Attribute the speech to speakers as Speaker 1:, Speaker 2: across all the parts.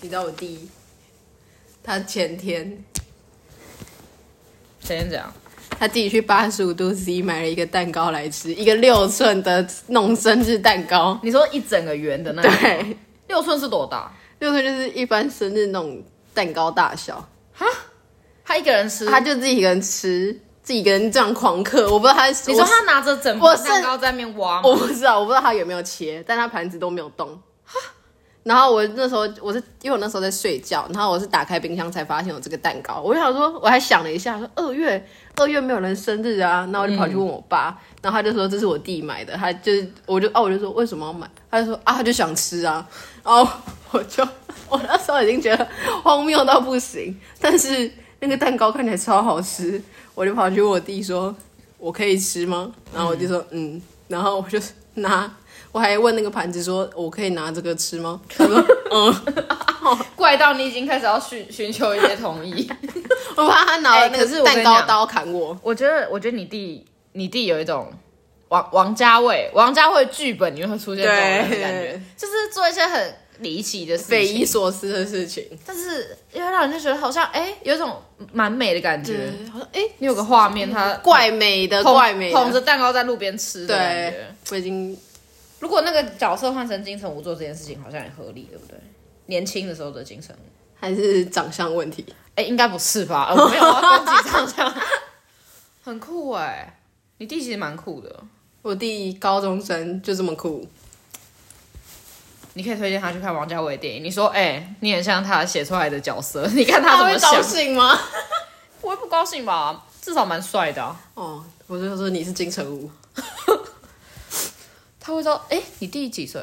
Speaker 1: 你知道我弟，他前天
Speaker 2: 前天怎样？
Speaker 1: 他自己去八十五度 C 买了一个蛋糕来吃，一个六寸的弄生日蛋糕。
Speaker 2: 你说一整个圆的那种
Speaker 1: 对，
Speaker 2: 六寸是多大？
Speaker 1: 六寸就是一般生日那种蛋糕大小，
Speaker 2: 他一个人吃，
Speaker 1: 他就自己一个人吃，自己一个人这样狂嗑。我不知道他，
Speaker 2: 你说他拿着整
Speaker 1: 我
Speaker 2: 盘
Speaker 1: 是
Speaker 2: 蛋糕在面挖
Speaker 1: 我
Speaker 2: 吗？
Speaker 1: 不知道，我不知道他有没有切，但他盘子都没有动。然后我那时候我是因为我那时候在睡觉，然后我是打开冰箱才发现有这个蛋糕，我就想说，我还想了一下，说二月二月没有人生日啊，那我就跑去问我爸，然后他就说这是我弟买的，他就是我就哦、我就说为什么要买，他就说啊他就想吃啊，然后我就我那时候已经觉得荒谬到不行，但是那个蛋糕看起来超好吃，我就跑去问我弟说我可以吃吗？然后我弟说嗯，然后我就拿。我还问那个盘子说：“我可以拿这个吃吗？”他说：“ 嗯。”
Speaker 2: 怪到你已经开始要寻寻求一些同意。
Speaker 1: 我怕他拿了那
Speaker 2: 哎可是
Speaker 1: 个
Speaker 2: 我跟
Speaker 1: 蛋
Speaker 2: 你
Speaker 1: 糕
Speaker 2: 讲
Speaker 1: 刀砍我。
Speaker 2: 我觉得，我觉得你弟，你弟有一种王王家卫，王家卫剧本里面会出现这种人的感觉
Speaker 1: 对，
Speaker 2: 就是做一些很离奇的事
Speaker 1: 匪夷
Speaker 2: 情，
Speaker 1: 所思的事情，
Speaker 2: 但是又会让人就觉得好像哎、有一种蛮美的感觉。
Speaker 1: 好像哎，
Speaker 2: 你有个画面，他
Speaker 1: 怪美的
Speaker 2: 捧
Speaker 1: 怪美
Speaker 2: 捧着
Speaker 1: 的，
Speaker 2: 蛋糕在路边吃的感
Speaker 1: 对
Speaker 2: 觉。，
Speaker 1: 我已经
Speaker 2: 如果那个角色换成金城武做这件事情，好像也合理，对不对？年轻的时候的金城武，
Speaker 1: 还是长相问题。
Speaker 2: 哎、应该不是吧？呃、我没有要攻击上将，很酷哎、你弟其实蛮酷的，
Speaker 1: 我弟高中生就这么酷，
Speaker 2: 你可以推荐他去看王家卫的电影。你说，哎、你很像他写出来的角色，你看他怎么
Speaker 1: 会高
Speaker 2: 想？
Speaker 1: 兴吗？
Speaker 2: 不会不高兴吧？至少蛮帅的、啊。
Speaker 1: 哦，我就说你是金城武，
Speaker 2: 他会知道，哎、你弟几岁？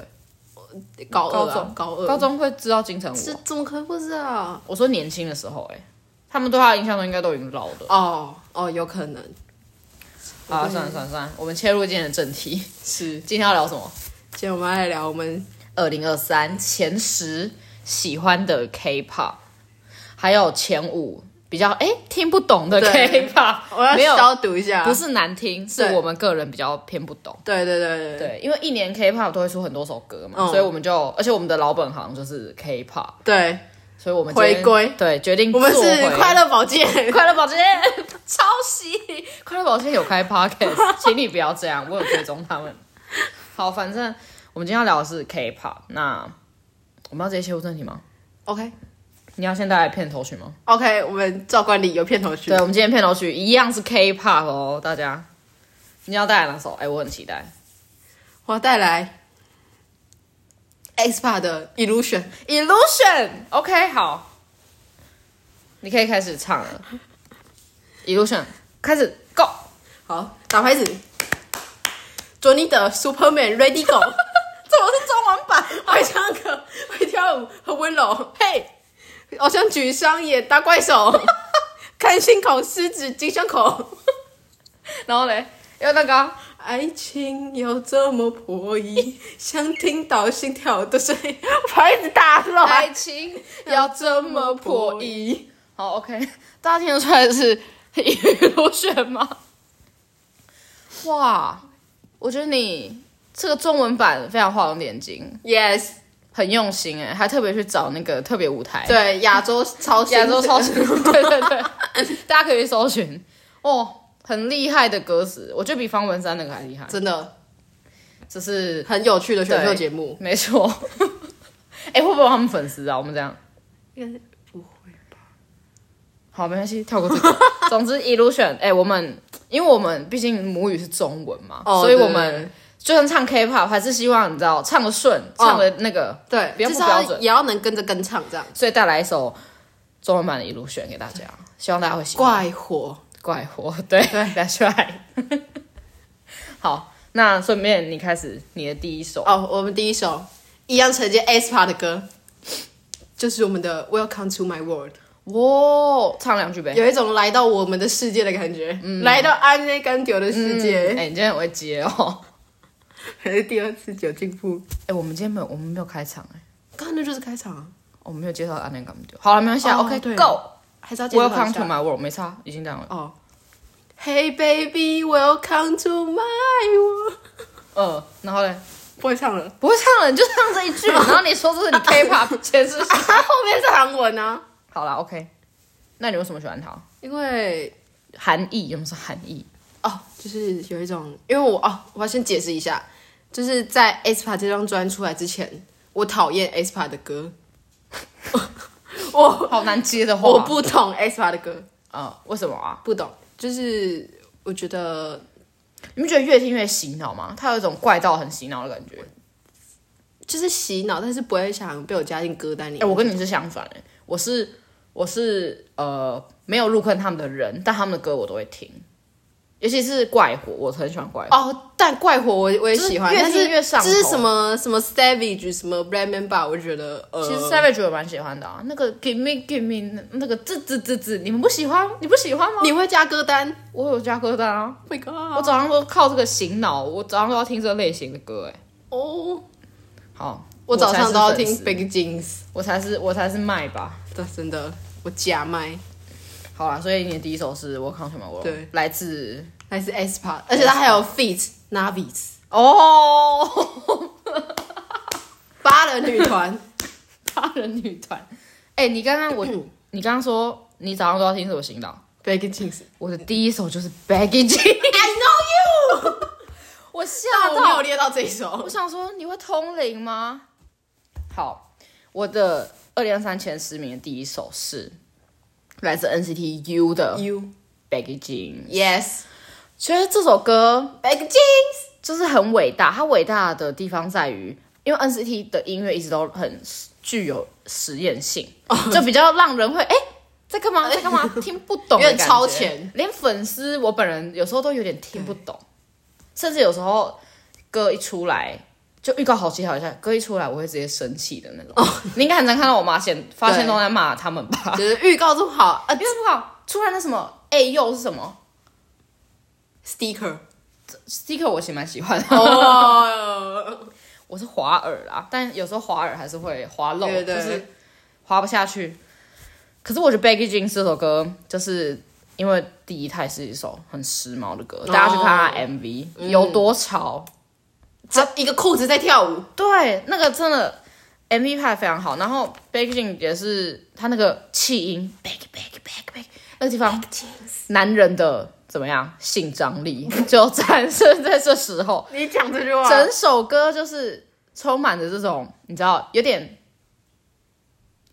Speaker 1: 高
Speaker 2: 高
Speaker 1: 二啊
Speaker 2: 中，
Speaker 1: 高二，
Speaker 2: 高中会知道金城武
Speaker 1: 是
Speaker 2: 啊。
Speaker 1: 怎么可能不知道？
Speaker 2: 我说年轻的时候、哎，他们对他的印象中应该都已经老了。
Speaker 1: 哦哦，有可能
Speaker 2: 好、啊，算了算了算了，我们切入今天的正题，
Speaker 1: 是。
Speaker 2: 今天要聊什么？
Speaker 1: 今天我们来聊我们
Speaker 2: 二零二三前十喜欢的 K-pop，还有前五比较哎、听不懂的
Speaker 1: 对我
Speaker 2: K-pop，
Speaker 1: 要
Speaker 2: 没有
Speaker 1: 消毒一下，
Speaker 2: 不？是难听，是
Speaker 1: 对
Speaker 2: 我们个人比较偏不懂。
Speaker 1: 对对对对
Speaker 2: 对，因为一年 K-pop 都会出很多首歌嘛，
Speaker 1: 嗯
Speaker 2: 所以我们就，而且我们的老本行就是 K-pop，
Speaker 1: 对，
Speaker 2: 所以我们今天
Speaker 1: 回归
Speaker 2: 对，决定
Speaker 1: 我们是
Speaker 2: 做回
Speaker 1: 快乐保健，
Speaker 2: 快乐宝剑抄袭，快乐宝剑有开 podcast，请你不要这样，我有追踪他们。好，反正我们今天要聊的是 K-pop，那我们要直接切入正题吗？
Speaker 1: OK
Speaker 2: 你要先带来片头曲吗？
Speaker 1: OK，我们照惯例有片头曲。
Speaker 2: 对，我们今天片头曲一样是 K-pop 哦，大家。你要带来哪首？哎、我很期待。
Speaker 1: 我带来 X p a 的 Illusion。
Speaker 2: Illusion，OK，、好，你可以开始唱了。Illusion，开始，Go。
Speaker 1: 好，打拍子。佐尼的 Superman Ready Go，
Speaker 2: 怎么是中文版？
Speaker 1: 会唱歌，会跳舞，很温柔。嘿，偶像举双眼打怪 手，看心口，狮子金胸口。
Speaker 2: 然后嘞，要那个啊
Speaker 1: 爱情有这么破 译，想听到心跳的声 音，拍子打
Speaker 2: 爱
Speaker 1: 乱，
Speaker 2: 情
Speaker 1: 要这么破译。
Speaker 2: 好，OK，大家听得出来是 illusion 吗？哇，我觉得你这个中文版非常画龙点睛，
Speaker 1: Yes，
Speaker 2: 很用心哎，还特别去找那个特别舞台，，
Speaker 1: 对，亚洲超新
Speaker 2: 亚洲超群，对对对，大家可以去搜寻哦，很厉害的歌词，我觉得比方文山那个还厉害，
Speaker 1: 真的
Speaker 2: 只是
Speaker 1: 很有趣的选秀
Speaker 2: 对
Speaker 1: 节目。
Speaker 2: 没错， 哎、会不会有他们粉丝啊？我们这样。好，没关系，跳过这 个。总之，illusion，哎、我们因为我们毕竟母语是中文嘛，
Speaker 1: 哦
Speaker 2: 所以
Speaker 1: 对
Speaker 2: 我
Speaker 1: 哦
Speaker 2: 们就算唱 K-pop，还是希望你知道唱的顺，唱的那个，
Speaker 1: 对，
Speaker 2: 不要
Speaker 1: 至
Speaker 2: 不
Speaker 1: 少
Speaker 2: 标准
Speaker 1: 也要能跟着跟唱这样。
Speaker 2: 所以带来一首中文版的 illusion 给大家，希望大家会喜欢。
Speaker 1: 怪火，
Speaker 2: 怪我，对对，That's right。好，那顺便你开始你的第一首，
Speaker 1: 哦，我们第一首一样承接 aespa 的歌，就是我们的 Welcome to My World，
Speaker 2: 哇、唱两句呗。
Speaker 1: 有一种来到我们的世界的感觉，来到安内甘丢的世
Speaker 2: 哎、
Speaker 1: 界。
Speaker 2: 你今天很会接哦。
Speaker 1: 还是第二次有进步，
Speaker 2: 哎、我们今天没有，我们没有开场哎、
Speaker 1: 刚刚那就是开场啊，
Speaker 2: 我们没有介绍安恋感丢。好了，没关系啊、
Speaker 1: 哦
Speaker 2: o k
Speaker 1: 对
Speaker 2: Go。
Speaker 1: 还是要介绍一
Speaker 2: Welcome
Speaker 1: 下
Speaker 2: to my world，没差，已经这样了。
Speaker 1: 哦。Hey baby, welcome to my world。
Speaker 2: 呃，然后嘞，
Speaker 1: 不会唱了。
Speaker 2: 不会唱了，你就唱这 一句，然后你说这是你 K-pop 前世。
Speaker 1: 它后面是韩文啊，
Speaker 2: 好啦 o、k 那你为什么喜欢他？
Speaker 1: 因为
Speaker 2: 韩裔，有没有说韩裔？
Speaker 1: 哦，就是有一种，因为我哦，我要先解释一下，就是在 aespa 这张专出来之前，我讨厌 aespa 的歌，我
Speaker 2: 好难接的话。
Speaker 1: 我不懂 aespa 的歌，
Speaker 2: 呃，为什么啊？
Speaker 1: 不懂，就是我觉得
Speaker 2: 你们觉得越听越洗脑吗？他有一种怪盗很洗脑的感觉。
Speaker 1: 就是洗脑，但是不会想被我加进歌单里
Speaker 2: 哎、。我跟你是相反哎、我是我是呃没有入坑他们的人，但他们的歌我都会听，尤其是怪火，我很喜欢怪火。
Speaker 1: 哦，但怪火我我也喜欢，
Speaker 2: 就是越
Speaker 1: 但是
Speaker 2: 听越上头
Speaker 1: 这是什么什么 Savage 什么 Black Mamba，我就觉得呃，
Speaker 2: 其实 Savage 我也蛮喜欢的啊，那个 Give Me Give Me 那那个字字字字，你们不喜欢？你不喜欢吗？
Speaker 1: 你会加歌单？Oh
Speaker 2: 我有加歌单啊，
Speaker 1: ？My
Speaker 2: 我
Speaker 1: God，
Speaker 2: 早上都靠这个醒脑，我早上都要听这类型的歌哎、
Speaker 1: 哦，
Speaker 2: 好，
Speaker 1: 我早上都要
Speaker 2: 才
Speaker 1: 听
Speaker 2: 是粉丝
Speaker 1: Big Jeans，
Speaker 2: 我才是我才是麦吧。
Speaker 1: 这真的我假麦。
Speaker 2: 好啦，所以你的第一首是《我靠什么我》，
Speaker 1: 对，
Speaker 2: 来自
Speaker 1: 还是 S p a 而且它还有 Feet Navis
Speaker 2: 哦
Speaker 1: 八人女团，
Speaker 2: 八人女团。 哎、你刚刚我你刚刚说你早上都要听什么行导？
Speaker 1: b a g g i n s
Speaker 2: 我的第一首就是 Baggy Jean，
Speaker 1: I know you，
Speaker 2: 我吓
Speaker 1: 我没
Speaker 2: 到
Speaker 1: 哦有，列到这一首
Speaker 2: 我。想说你会通灵吗？好，我的二零二三前十名的第一首是来自 NCT U 的
Speaker 1: You
Speaker 2: Baggy Jean，
Speaker 1: Yes
Speaker 2: 觉得这首歌
Speaker 1: b a g g i n s
Speaker 2: 就是很伟大。它伟大的地方在于，因为 NCT 的音乐一直都很具有实验性，
Speaker 1: 哦
Speaker 2: 就比较让人会哎、诶在 干嘛在干嘛听不懂，
Speaker 1: 有点超前，
Speaker 2: 连粉丝我本人有时候都有点听不懂，甚至有时候歌一出来。就预告好期好一下，歌一出来我会直接生气的那种。你应该很常看到我妈现发现都在骂他们吧？
Speaker 1: 哦就是预告这么好啊
Speaker 2: 因为不好，突然那什么，哎、又是什么
Speaker 1: ，Sticker
Speaker 2: sticker，我其实蛮喜欢的。
Speaker 1: 哦，
Speaker 2: 我是滑耳啦，但有时候滑耳还是会滑漏，
Speaker 1: 对对
Speaker 2: 就是滑不下去。可是我觉得《Baggy Jeans》这首歌，就是因为第一，它也是一首很时髦的歌，大家去
Speaker 1: 哦
Speaker 2: 看它 MV、有
Speaker 1: 嗯
Speaker 2: 多潮，
Speaker 1: 这一个裤子在跳舞，
Speaker 2: 对，那个真的 MV 拍的非常好。然后《Baggy Jeans》也是它那个气音，Baggy Baggy Baggy Baggy 那个地方，男人的怎么样性张力 就展示在这时候。
Speaker 1: 你讲这句话
Speaker 2: 整首歌就是充满着这种你知道有点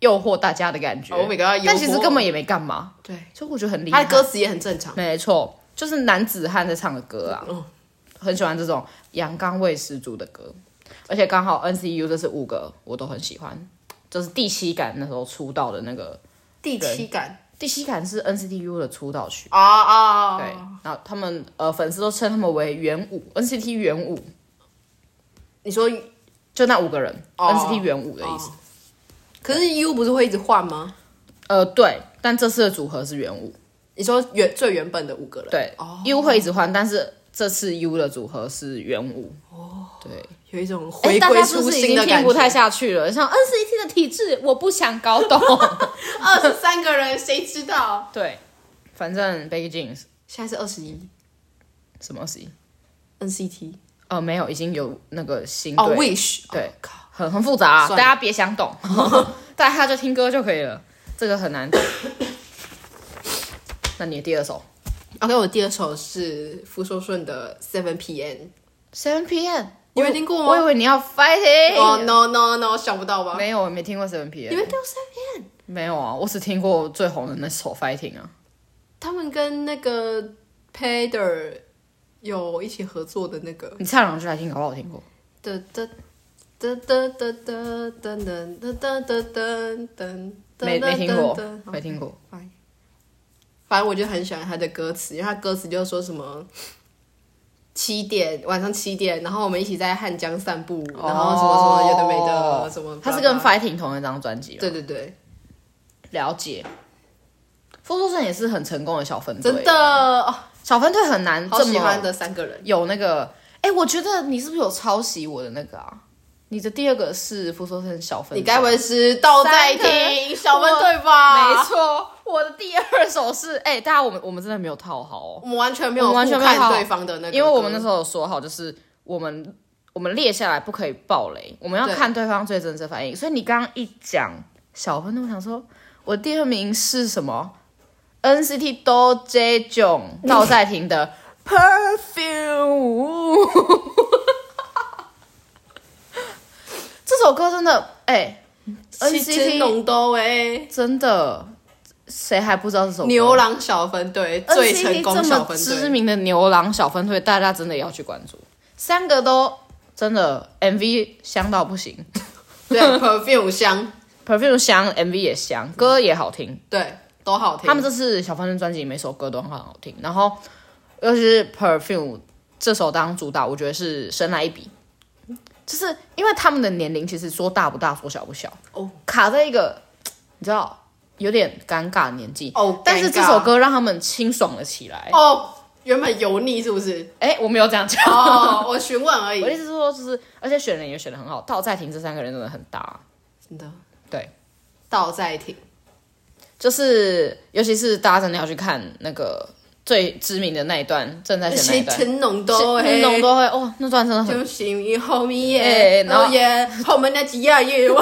Speaker 2: 诱惑大家的感觉。
Speaker 1: Oh my god，
Speaker 2: 但其实
Speaker 1: 诱惑
Speaker 2: 根本也没干嘛，
Speaker 1: 对，
Speaker 2: 所以我觉得很厉
Speaker 1: 它
Speaker 2: 害。
Speaker 1: 的歌词也很正常，
Speaker 2: 没错，就是男子汉在唱的歌啊，
Speaker 1: 嗯
Speaker 2: 很喜欢这种阳刚味十足的歌，而且刚好 NCU 这是五个我都很喜欢，就是第七感那时候出道的那个。
Speaker 1: 第七感
Speaker 2: 第七感是 NCTU 的出道曲，
Speaker 1: 啊啊，
Speaker 2: 对，然后他们呃粉丝都称他们为元舞 NCT 元舞，
Speaker 1: 你说，
Speaker 2: 就那五个人、
Speaker 1: 哦
Speaker 2: NCT 元舞的意思。
Speaker 1: 可是 U 不是会一直换吗？
Speaker 2: 呃，对，但这次的组合是原舞，
Speaker 1: 你说原最原本的五个人，
Speaker 2: 对、
Speaker 1: 哦
Speaker 2: u 会一直换，但是这次 U 的组合是原舞。哦，对，
Speaker 1: 有一种
Speaker 2: 诶
Speaker 1: 回
Speaker 2: 大家
Speaker 1: 归
Speaker 2: 是不
Speaker 1: 初
Speaker 2: 是已
Speaker 1: 心
Speaker 2: 经
Speaker 1: 的
Speaker 2: 听
Speaker 1: 感
Speaker 2: 不太
Speaker 1: 觉。
Speaker 2: 下去了，像 NCT 的体制，我不想搞懂。
Speaker 1: 二十三个人，谁知道？
Speaker 2: 对，反正 b a g y Jeans
Speaker 1: 现在是二十一
Speaker 2: 什么戏？
Speaker 1: ，NCT
Speaker 2: 呃，没有，已经有那个新
Speaker 1: 哦
Speaker 2: 队
Speaker 1: ，Wish
Speaker 2: 嗯对
Speaker 1: 哦靠，
Speaker 2: 很很复杂、啊，大
Speaker 1: 算了
Speaker 2: 家别想 懂，大家就听歌就可以了，这个很难懂。那你的第二首
Speaker 1: OK，我第二首是傅说顺的 Seven PM。
Speaker 2: Seven PM，
Speaker 1: 你没听过
Speaker 2: 我以
Speaker 1: 吗？
Speaker 2: 为你要 Fighting，、
Speaker 1: 哦、no no no，想不到吧？
Speaker 2: 没有，我没听过 Seven PM。
Speaker 1: 你们听 Seven PM，
Speaker 2: 没有啊，我只听过最红的那首《Fighting》啊。
Speaker 1: 他们跟那个 Pader 有一起合作的那个
Speaker 2: 你唱两句来听，搞不好我听过。
Speaker 1: 噔噔噔噔噔噔噔噔噔噔噔噔噔，
Speaker 2: 没没听过
Speaker 1: 噔噔，
Speaker 2: 没听过。
Speaker 1: 哦反正我就很喜欢他的歌词，因为他歌词就说什么七点晚上七点，然后我们一起在汉江散步，然后什么什么有的没的，什么。
Speaker 2: 哦他是跟
Speaker 1: blah blah
Speaker 2: Fighting 同一张专辑吗？
Speaker 1: 对对对，
Speaker 2: 了解。傅作胜也是很成功的小分队，
Speaker 1: 真的，哦
Speaker 2: 小分队很难
Speaker 1: 好
Speaker 2: 这
Speaker 1: 喜欢
Speaker 2: 么
Speaker 1: 的三个人。
Speaker 2: 有那个。哎、我觉得你是不是有抄袭我的那个啊？你的第二个是傅作胜小分队，
Speaker 1: 你该不会啊是都在
Speaker 2: 三
Speaker 1: 听小分队吧？
Speaker 2: 没，错，我的第二首是哎、大家我们我们真的没有套好哦。
Speaker 1: 我们完全没有
Speaker 2: 我们完全没有
Speaker 1: 互看
Speaker 2: 好
Speaker 1: 对方的那个歌，
Speaker 2: 因为我们那时候有说好，就是我们我们列下来不可以爆雷，我们要
Speaker 1: 对
Speaker 2: 看对方最真实的反应。所以你刚刚一讲小分的，我想说，我第二名是什么？NCT Do J j o n 赵赛廷的 Perfume。这首歌真的，哎、
Speaker 1: 七只
Speaker 2: NCT
Speaker 1: 浓兜哎，
Speaker 2: 真的，谁还不知道这首歌？
Speaker 1: 牛郎小分队最
Speaker 2: NCT
Speaker 1: 成功
Speaker 2: 这
Speaker 1: 小
Speaker 2: 么
Speaker 1: 分
Speaker 2: 知
Speaker 1: 队，
Speaker 2: 名的牛郎小分队，大家真的要去关注。三个都真的 MV 香到不行
Speaker 1: 对 perfume 香，
Speaker 2: ，Perfume 香，MV 也香，歌也好听。
Speaker 1: 对，都好听。
Speaker 2: 他们这次小分队专辑每首歌都很好听，然后尤其是 Perfume 这首当主打，我觉得是神来一笔。就是因为他们的年龄其实说大不大，说小不小，
Speaker 1: 哦
Speaker 2: 卡在一个你知道有点尴尬的年纪。
Speaker 1: 哦
Speaker 2: 但
Speaker 1: 尴
Speaker 2: 是
Speaker 1: 尬
Speaker 2: 这首歌让他们清爽了起来。
Speaker 1: 哦，原本油腻是不是？
Speaker 2: 哎、我没有这样讲。
Speaker 1: 哦， 我询问而
Speaker 2: 我的意
Speaker 1: 已。
Speaker 2: 思是说，就是而且选人也选的很好，道在庭这三个人真的很搭，
Speaker 1: 真的，
Speaker 2: 对，
Speaker 1: 道在挺
Speaker 2: 就是尤其是大家真的要去看那个最知名的那一段，正在选那
Speaker 1: 七
Speaker 2: 一 段，
Speaker 1: 成浓兜哎，
Speaker 2: 那种都会哦，那段真的很，
Speaker 1: 就行以后面耶，
Speaker 2: 哎然后
Speaker 1: 哦耶，后面那几亚耶， 我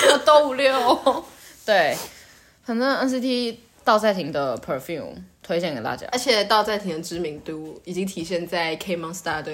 Speaker 2: 这个都五六，对，反正 NCT 道在庭的 Perfume 推荐给大家。
Speaker 1: 而且道在挺的知名度已经体现在 K Monster 的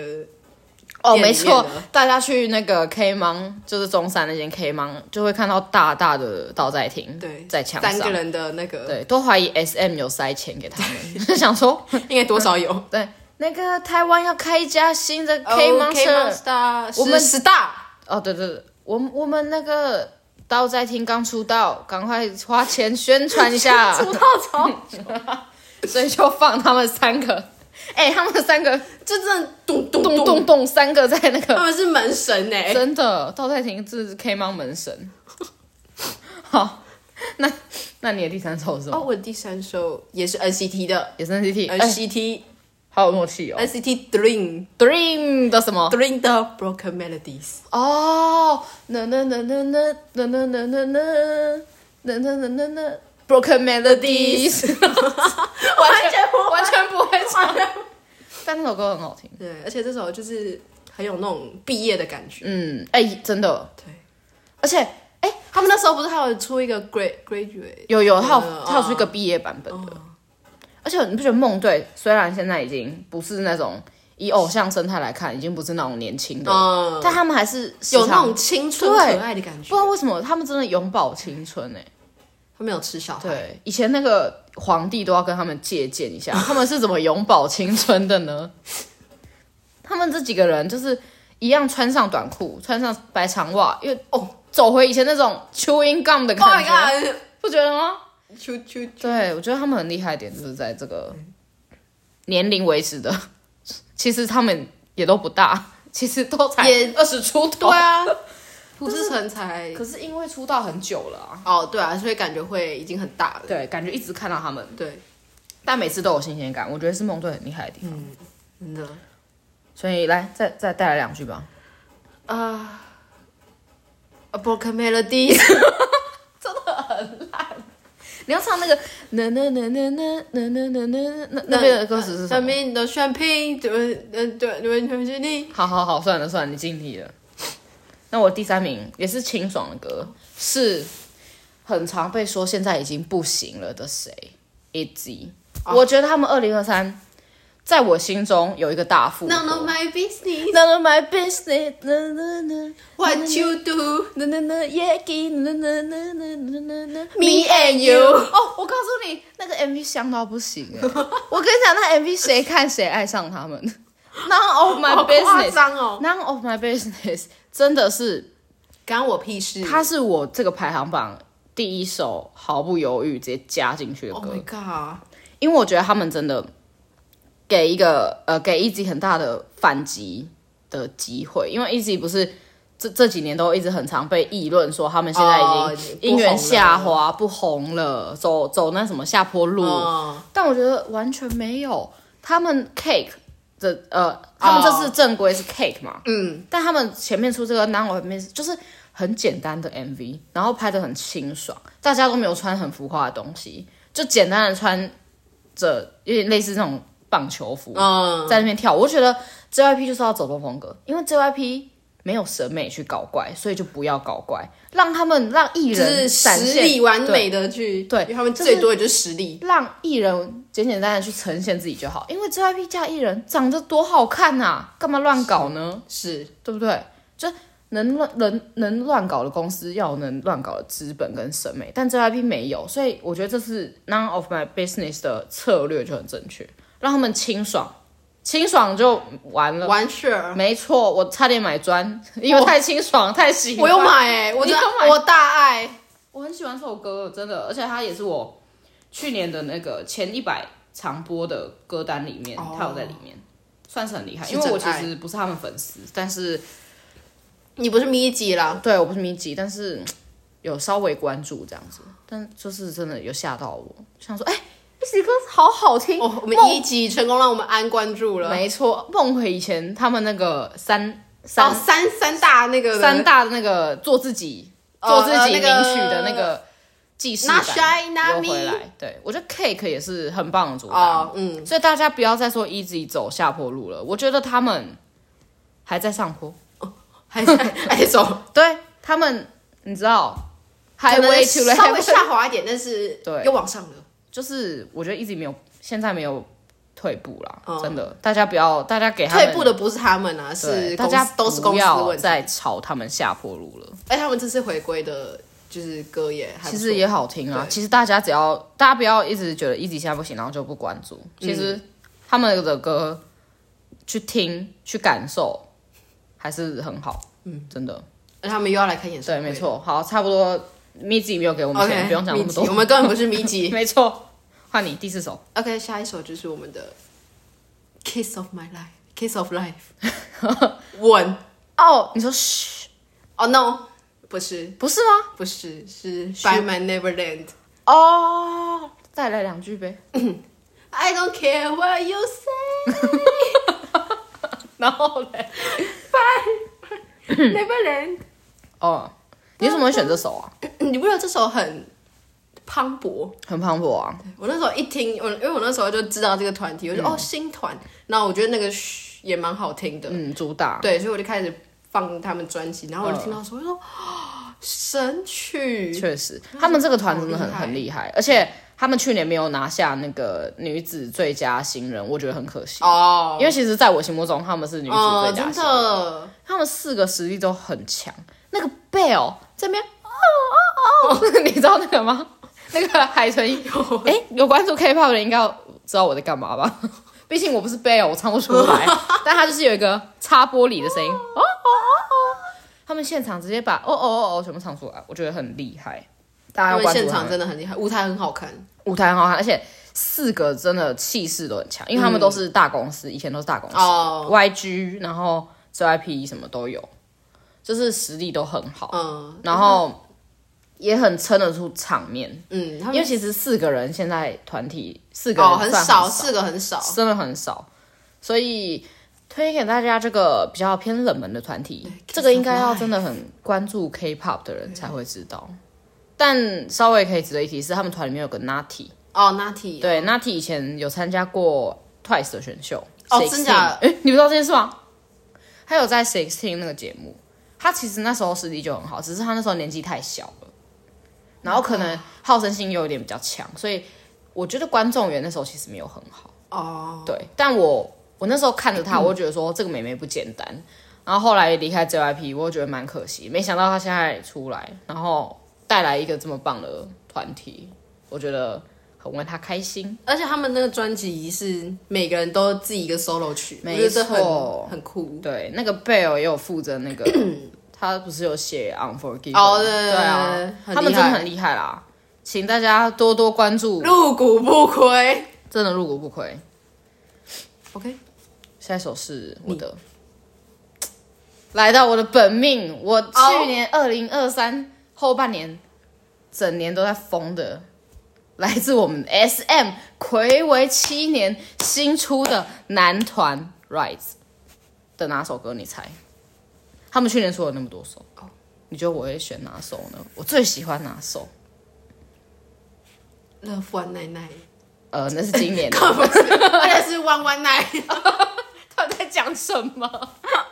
Speaker 2: 哦，
Speaker 1: 店里
Speaker 2: 没错
Speaker 1: 面的，
Speaker 2: 大家去那个 K 芒，就是中山那间 K 芒，就会看到大大的道在庭，
Speaker 1: 对
Speaker 2: 在墙
Speaker 1: 三个
Speaker 2: 上，
Speaker 1: 人的那个，
Speaker 2: 对，都怀疑 SM 有塞钱给他们，就 想说
Speaker 1: 应该多少有。
Speaker 2: 对，那个台湾要开一家新的
Speaker 1: 哦
Speaker 2: K Monster。
Speaker 1: Monster，
Speaker 2: 我们
Speaker 1: 十大
Speaker 2: 哦，对对对，我们我们那个刀在听刚出道，赶快花钱宣传一 下，
Speaker 1: 出道潮，
Speaker 2: 所以就放他们三个。 哎、他们三个
Speaker 1: 就真的咚咚
Speaker 2: 咚
Speaker 1: 咚
Speaker 2: 咚咚，三个在那
Speaker 1: 他
Speaker 2: 个
Speaker 1: 们是门神哎、
Speaker 2: 真的刀在听，这是 K 芒门 神。好，那那你的第三首是什么？
Speaker 1: 哦，我第三首也是 NCT 的
Speaker 2: 也是 NCT，哎、
Speaker 1: NCT、
Speaker 2: 好有默契哦。
Speaker 1: NCT Dream
Speaker 2: Dream 的什么？
Speaker 1: Dream 的 Broken Melodies，
Speaker 2: 哦，那那那那那那那那那那那那那那 Broken Melodies，
Speaker 1: 完全不
Speaker 2: 完全不会唱，但那首歌很好听。
Speaker 1: 对，而且这首就是很有那种毕业的感觉。
Speaker 2: 嗯，哎、真的，
Speaker 1: 对，
Speaker 2: 而且
Speaker 1: 哎、他们那时候不是还有出一个 Grad Graduate，
Speaker 2: 有有，他
Speaker 1: 嗯
Speaker 2: 有他有出一个毕业版本的，而且你不觉得梦队虽然现在已经不是那种以偶像生态来看，已经不是那种年轻的，
Speaker 1: 嗯
Speaker 2: 但他们还是时
Speaker 1: 有那
Speaker 2: 常
Speaker 1: 种青春可
Speaker 2: 对
Speaker 1: 爱的感
Speaker 2: 不
Speaker 1: 觉
Speaker 2: 知。道为什么他们真的永葆青春哎、
Speaker 1: 他们有吃小孩，
Speaker 2: 对，以前那个皇帝都要跟他们借 鉴一下，他们是怎么永葆青春的呢？他们这几个人就是一样穿上短裤，穿上白长袜，又
Speaker 1: 哦
Speaker 2: 走回以前那种 chewing gum 的
Speaker 1: Oh
Speaker 2: 感觉
Speaker 1: my god！
Speaker 2: 不觉得吗？
Speaker 1: 啾啾
Speaker 2: 对，我觉得他们很厉害的点就是在这个年龄维持的，其实他们也都不大，其实都才
Speaker 1: 也
Speaker 2: 二十出头
Speaker 1: 对，啊，朴智诚才
Speaker 2: 可是因为出道很久了、啊，
Speaker 1: 哦，对啊，所以感觉会已经很大了。
Speaker 2: 对，感觉一直看到他们，
Speaker 1: 对，
Speaker 2: 但每次都有新鲜感，我觉得是梦队很厉害的地方。
Speaker 1: 真的
Speaker 2: 所以来再再带来两句吧。
Speaker 1: 啊。A broken melody，
Speaker 2: 你要唱那个呢呢呢呢呢呢呢呢呢那那边的歌词是什
Speaker 1: 上
Speaker 2: 么？
Speaker 1: 面的选品，对对对对对对，
Speaker 2: 好好好，算了算了，你尽力了。那我第三名也是清爽的歌，是很常被说现在已经不行了的谁？Itzy，、我觉得他们二零二三在我心中有一个大复活。
Speaker 1: None of my business
Speaker 2: None of my business，呢呢呢
Speaker 1: what you do,
Speaker 2: 呢呢呢 yeah，呢呢呢呢呢呢呢
Speaker 1: me and you。
Speaker 2: 哦，我告诉你，那个 MV 香到不行哎、我跟你讲，那 MV 谁看谁爱上他们，None of my
Speaker 1: 好夸
Speaker 2: business，None
Speaker 1: 张哦！
Speaker 2: of my business，真的是，
Speaker 1: 干我屁事！
Speaker 2: 它是我这个排行榜第一首毫不犹豫直接加进去的
Speaker 1: Oh
Speaker 2: 歌
Speaker 1: my god！
Speaker 2: 因为我觉得他们真的给一个呃给 e a 很大的反击的机会，因为 e a 不是这这几年都一直很常被议论说他们现在
Speaker 1: 哦
Speaker 2: 已经音源
Speaker 1: 不红了
Speaker 2: 下滑不红了，走走那什么下坡路。
Speaker 1: 哦，
Speaker 2: 但我觉得完全没有，他们 Cake 的呃，他们这次正规是 Cake 嘛，
Speaker 1: 哦嗯，
Speaker 2: 但他们前面出这个 None of Miss 就是很简单的 MV，然后拍的很清爽，大家都没有穿很浮夸的东西，就简单的穿着有点类似那种棒球服，
Speaker 1: 嗯，
Speaker 2: 在那边跳舞。我觉得 JYP 就是要走动风格，因为 JYP 没有审美去搞怪，所以就不要搞怪，让他们让艺
Speaker 1: 就
Speaker 2: 人
Speaker 1: 是
Speaker 2: 闪
Speaker 1: 实
Speaker 2: 现
Speaker 1: 力完
Speaker 2: 对
Speaker 1: 美的去，
Speaker 2: 对
Speaker 1: 因为他们
Speaker 2: 就是
Speaker 1: 最多的就是实力，
Speaker 2: 让艺人简简单单地去呈现自己就好，因为 JYP 加艺人长得多好看啊，干嘛乱搞呢？
Speaker 1: 是
Speaker 2: 对不对？就能乱能能乱搞的公司要有能乱搞的资本跟审美，但 JYP 没有，所以我觉得这是 none of my business 的策略就很正确，让他们清爽，清爽就完了。
Speaker 1: 完全。
Speaker 2: 没错，我差点买砖，因为太清爽，太喜欢。
Speaker 1: 我有买哎、我
Speaker 2: 你
Speaker 1: 真
Speaker 2: 有买
Speaker 1: 我大爱，
Speaker 2: 我很喜欢这首歌，真的，而且它也是我去年的那个前一百常播的歌单里面，
Speaker 1: 哦
Speaker 2: 它有在里面，算是很厉害。
Speaker 1: 是
Speaker 2: 因为我
Speaker 1: 真
Speaker 2: 其
Speaker 1: 爱
Speaker 2: 实不是他们粉丝，但是
Speaker 1: 你不是咪姐啦，
Speaker 2: 对我不是迷集，但是嘖有稍微关注这样子，但就是真的有吓到我，想说哎，一起歌好好听，
Speaker 1: 哦，我们
Speaker 2: 梦
Speaker 1: 一级成功让我们安关注了，
Speaker 2: 没错，梦回以前他们那个三
Speaker 1: 哦
Speaker 2: 三
Speaker 1: 三三大那个
Speaker 2: 三大的那个做自己做自己
Speaker 1: 呃那
Speaker 2: 名
Speaker 1: 个
Speaker 2: 曲的那个记事
Speaker 1: ，Not
Speaker 2: 版
Speaker 1: Shy Not
Speaker 2: 又回
Speaker 1: Me，
Speaker 2: 来，对我觉得 Cake 也是很棒的主打。
Speaker 1: 哦，嗯，
Speaker 2: 所以大家不要再说 Easy 走下坡路了，我觉得他们还在上坡，
Speaker 1: 还是 还是走，
Speaker 2: 对他们，你知道
Speaker 1: 可能
Speaker 2: ，Highway to the
Speaker 1: 稍微
Speaker 2: Heaven，
Speaker 1: 下滑一点，但是
Speaker 2: 对
Speaker 1: 又往上了，
Speaker 2: 就是我觉得 Easy 没有，现在没有退步啦，
Speaker 1: 嗯
Speaker 2: 真的，大家不要，大家给他们
Speaker 1: 退步的不是他们啊，
Speaker 2: 对
Speaker 1: 是
Speaker 2: 大家
Speaker 1: 公司都是公
Speaker 2: 不
Speaker 1: 司的
Speaker 2: 要
Speaker 1: 问题，
Speaker 2: 再朝他们下坡路了。
Speaker 1: 哎，他们这次回归的，就是歌也还不
Speaker 2: 其
Speaker 1: 错
Speaker 2: 实也好听啊，
Speaker 1: 对
Speaker 2: 其实大家只要大家不要一直觉得 Easy 现在不行，然后就不关注，其实他们的歌去听去感受还是很好，嗯，真的。
Speaker 1: 而他们又要来看演唱
Speaker 2: 对，
Speaker 1: 会，
Speaker 2: 没错。好，差不多。米子没有给我们钱
Speaker 1: OK，
Speaker 2: 不用讲那么
Speaker 1: 咪吉我
Speaker 2: 多。
Speaker 1: 们根本不是咪吉。
Speaker 2: 没错，换你第四首。
Speaker 1: OK，下一首就是我们的《Kiss of My Life》，《Kiss of Life》吻。
Speaker 2: 哦，你说嘘，
Speaker 1: 哦、no，不是，
Speaker 2: 不是吗？
Speaker 1: 不是，是《By My Neverland》。
Speaker 2: 哦，再来两句呗。
Speaker 1: I don't care what you say,
Speaker 2: 然后嘞，
Speaker 1: Neverland。
Speaker 2: 哦，你为什么会选这首啊？
Speaker 1: 你不觉得这首很磅礴？
Speaker 2: 很磅礴啊。
Speaker 1: 我那时候一听，我因为我那时候就知道这个团
Speaker 2: 嗯
Speaker 1: 体，我就、哦新团，然后我觉得那个嘘也蛮好听的，
Speaker 2: 嗯，主打。
Speaker 1: 对，所以我就开始放他们专辑，然后我就听到
Speaker 2: 嗯
Speaker 1: 说，我就说啊神曲，
Speaker 2: 确实，他们这个团真的
Speaker 1: 好
Speaker 2: 很
Speaker 1: 厉害
Speaker 2: 很厉害，而且他们去年没有拿下那个女子最佳新人，我觉得很可惜。
Speaker 1: 哦，
Speaker 2: 因为其实，在我心目中，他们是女子
Speaker 1: 哦
Speaker 2: 最，佳
Speaker 1: 真
Speaker 2: 新人，
Speaker 1: 的，
Speaker 2: 他们四个实力都很强。那个 Bell 这边，哦哦哦， 你知道那个吗？那个海豚音，哎、有关注 K-pop 的应该知道我在干嘛吧？ 毕竟我不是 Bell，我唱不出 来，但他就是有一个擦玻璃的声音，哦哦哦哦，他们现场直接把哦哦哦哦全部唱出来，我觉得很厉害。
Speaker 1: 他
Speaker 2: 大家要
Speaker 1: 们
Speaker 2: 关注
Speaker 1: 现
Speaker 2: 他
Speaker 1: 场
Speaker 2: 们
Speaker 1: 真的很厉害，舞台很好看，
Speaker 2: 舞台很好看，而且四个真的气势都很强，因为他们都是大公司，以前都是大公司、
Speaker 1: 哦
Speaker 2: YG，然后 JYP 什么都有，就是实力都很好，
Speaker 1: 嗯
Speaker 2: 然后也很撑得出场面。
Speaker 1: 嗯，他们
Speaker 2: 因为其实四个人现在团体四个人
Speaker 1: 哦很
Speaker 2: 算
Speaker 1: 少，
Speaker 2: 少，
Speaker 1: 四个很少，
Speaker 2: 真的很少，所以推荐给大家这个比较偏冷门的团体，这个应该要真的很关注 K-pop 的人才会知道。但稍微可以值得一提是，他们团里面有个 Natty，
Speaker 1: 哦，Natty，
Speaker 2: 对，Natty 以前有参加过 Twice 的选秀。
Speaker 1: 哦
Speaker 2: 16
Speaker 1: 真假的
Speaker 2: 诶，你不知道这件事吗？他有在 Sixteen 那个节目，他其实那时候实力就很好，只是他那时候年纪太小了，然后可
Speaker 1: 嗯
Speaker 2: 能好胜心又有点比较强，所以我觉得观众缘那时候其实没有很好。
Speaker 1: 哦，
Speaker 2: 对，但我我那时候看着她，我就觉得说这个妹妹不简单。然后后来离开 JYP，我又觉得蛮可惜，没想到她现在出来，然后带来一个这么棒的团体，我觉得很为她开心。
Speaker 1: 而且他们那个专辑是每个人都自己一个 solo 曲，
Speaker 2: 没
Speaker 1: 我觉得这
Speaker 2: 错
Speaker 1: 很很酷，
Speaker 2: 对，那个贝尔也有负责 那个，她不是有写 Unforgiven？
Speaker 1: 哦对对
Speaker 2: 对
Speaker 1: 对对
Speaker 2: 啊
Speaker 1: 很，
Speaker 2: 他
Speaker 1: 厉
Speaker 2: 们真的
Speaker 1: 害
Speaker 2: 很厉害啦，请大家多多关注，
Speaker 1: 入股不亏。
Speaker 2: 真的入股不亏。
Speaker 1: OK，
Speaker 2: 下一首是我的，来到我的本命。我去年二零二三后半年，整年都在疯的，来自我们 SM 魁违七年新出的男团 Rise 的哪首歌？你猜？他们去年出了那么多首，你觉得我会选哪首呢？我最喜欢哪首？
Speaker 1: 乐 o v e One Night Night，
Speaker 2: 呃，那是今年的。
Speaker 1: 不是，而且是弯弯奶。
Speaker 2: 他在讲什么？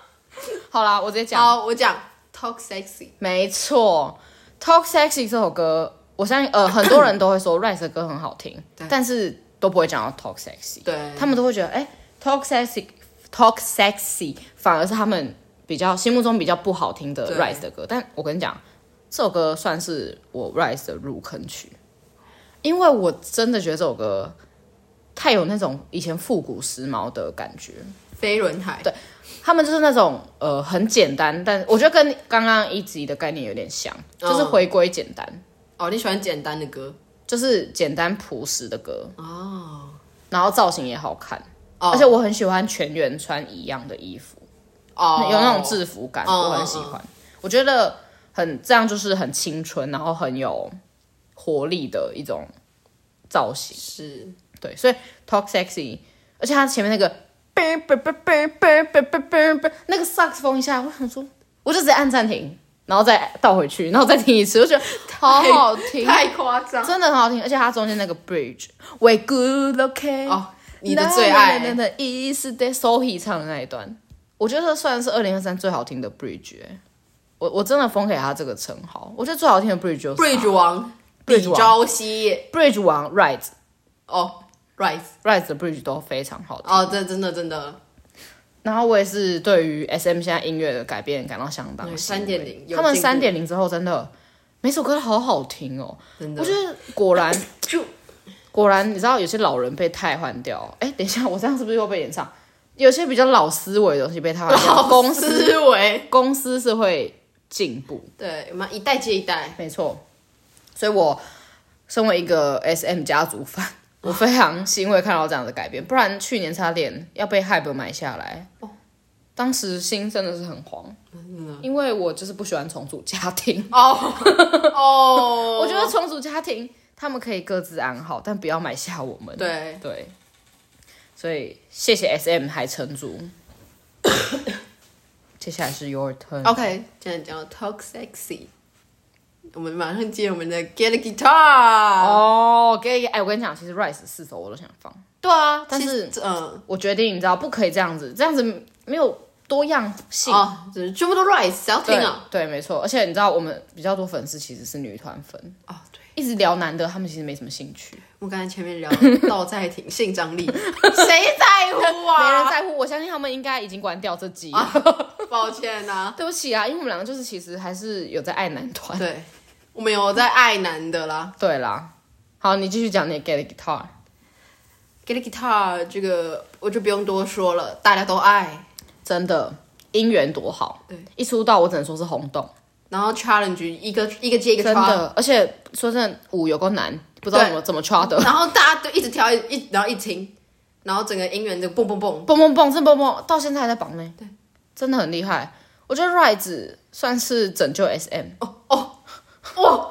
Speaker 2: 好啦，我直接讲。
Speaker 1: 好，我讲 talk sexy，
Speaker 2: 没错，《Talk Sexy》这首歌，我相信呃很多人都会说 Rice 的歌很好 听，但是都不会讲到 Talk Sexy。
Speaker 1: 对
Speaker 2: 他们都会觉得哎、t a l k Sexy Talk Sexy 反而是他们比较心目中比较不好听的
Speaker 1: 对
Speaker 2: Rice 的歌。但我跟你讲，这首歌算是我 Rice 的入坑曲，因为我真的觉得这首歌太有那种以前复古时髦的感觉。
Speaker 1: 飞轮海。对，
Speaker 2: 他们就是那种呃很简单，但我觉得跟刚刚一级的概念有点像，就是
Speaker 1: 嗯
Speaker 2: 回归简单，
Speaker 1: 哦，你喜欢简单的歌
Speaker 2: 就是简单朴实的歌，
Speaker 1: 哦。
Speaker 2: 然后造型也好看，
Speaker 1: 哦
Speaker 2: 而且我很喜欢全员穿一样的衣服，
Speaker 1: 哦，
Speaker 2: 有那种制服感，
Speaker 1: 哦
Speaker 2: 我很喜欢。我觉得很这样就是很青春，然后很有活力的一种造型。
Speaker 1: 是
Speaker 2: 对，所以 Talk Sexy，而且它前面那个 bang bang bang bang bang bang bang bang bang，那个萨克斯风一下，我想说，我就直接按暂停，然后再倒回去，然后再听一次，我觉得好好听，
Speaker 1: 太夸张
Speaker 2: 真的很好听。而且它中间那个 bridge，We good okay，
Speaker 1: 哦，你的最爱
Speaker 2: 那那 is that Sohee 唱的那一段，我觉得这算是二零二三最好听的 bridge 欸、我我真的封给他这个称号，我觉得最好听的 bridge 就是
Speaker 1: Bridge 王李
Speaker 2: Bridge 王
Speaker 1: 朝夕
Speaker 2: bridge 王 Rise
Speaker 1: 哦，Rise
Speaker 2: Rise 的 bridge 都非常好听。
Speaker 1: 哦，这真的真的
Speaker 2: 然后我也是对于 S M 现在音乐的改变感到相当
Speaker 1: 对
Speaker 2: 欣慰
Speaker 1: 3.0有
Speaker 2: 他们
Speaker 1: 进步
Speaker 2: 三点零之后真的每首歌都好好听哦，
Speaker 1: 真的
Speaker 2: 我觉得果然
Speaker 1: 就
Speaker 2: 果然，你知道有些老人被汰换掉，哎，等一下，我这样是不是又被演唱？有些比较老思维的东西被汰换 掉，公
Speaker 1: 公
Speaker 2: 司
Speaker 1: 思维，
Speaker 2: 公司是会进步，
Speaker 1: 对，我们一代接一代，
Speaker 2: 没错。所以我身为一个 S M 家族fan，我
Speaker 1: 哦
Speaker 2: 非常欣慰看到这样的改变，不然去年差点要被 Hype 买下来。
Speaker 1: 哦
Speaker 2: 当时心真的是很慌，因为我就是不喜欢重组家庭。
Speaker 1: 哦 哦，
Speaker 2: 我觉得重组家庭他们可以各自安好，但不要买下我们。
Speaker 1: 对，
Speaker 2: 对，所以谢谢 S M 还 撑住。接下来是 Your Turn。
Speaker 1: OK，现在讲 Talk Sexy，我们马上接我们的 Get a Guitar。
Speaker 2: 哦，给哎，我跟你讲，其实 Rise 四首我都想放，
Speaker 1: 对啊，
Speaker 2: 但是
Speaker 1: 其实嗯，
Speaker 2: 我决定你知道不可以这样子，这样子没有多样性。
Speaker 1: 哦，就是全部都 Rise，谁要听
Speaker 2: 对
Speaker 1: 啊？
Speaker 2: 对，没错。而且你知道，我们比较多粉丝其实是女团粉，
Speaker 1: 哦，对，
Speaker 2: 一直聊男的，他们其实没什么兴趣，
Speaker 1: 我刚才前面聊道在挺性张 力，谁在乎啊？
Speaker 2: 没人在乎。我相信他们应该已经关掉这集了。
Speaker 1: 在，抱歉啊。
Speaker 2: 对不起啊，因为我们两个就是其实还是有在爱男团。
Speaker 1: 对，我们有在爱男的啦。
Speaker 2: 对啦，好，你继续讲你的 Get Guitar。
Speaker 1: Get a Guitar 这个我就不用多说了，大家都爱。
Speaker 2: 真的姻缘多好。
Speaker 1: 对，
Speaker 2: 一出道我只能说是轰动，
Speaker 1: 然后 Challenge 一个一个接一个啊
Speaker 2: 真
Speaker 1: challenge，
Speaker 2: 的。而且说真的，舞有够难，不知道
Speaker 1: 对
Speaker 2: 怎么怎么 try 的。
Speaker 1: 然后大家都一直挑一一然后一直听，然后整个音源就蹦蹦蹦。
Speaker 2: 蹦蹦蹦，真蹦蹦，到现在还在榜内。对，真的很厉害。我觉得 Rise 算是拯救 SM，
Speaker 1: 哦哦哇！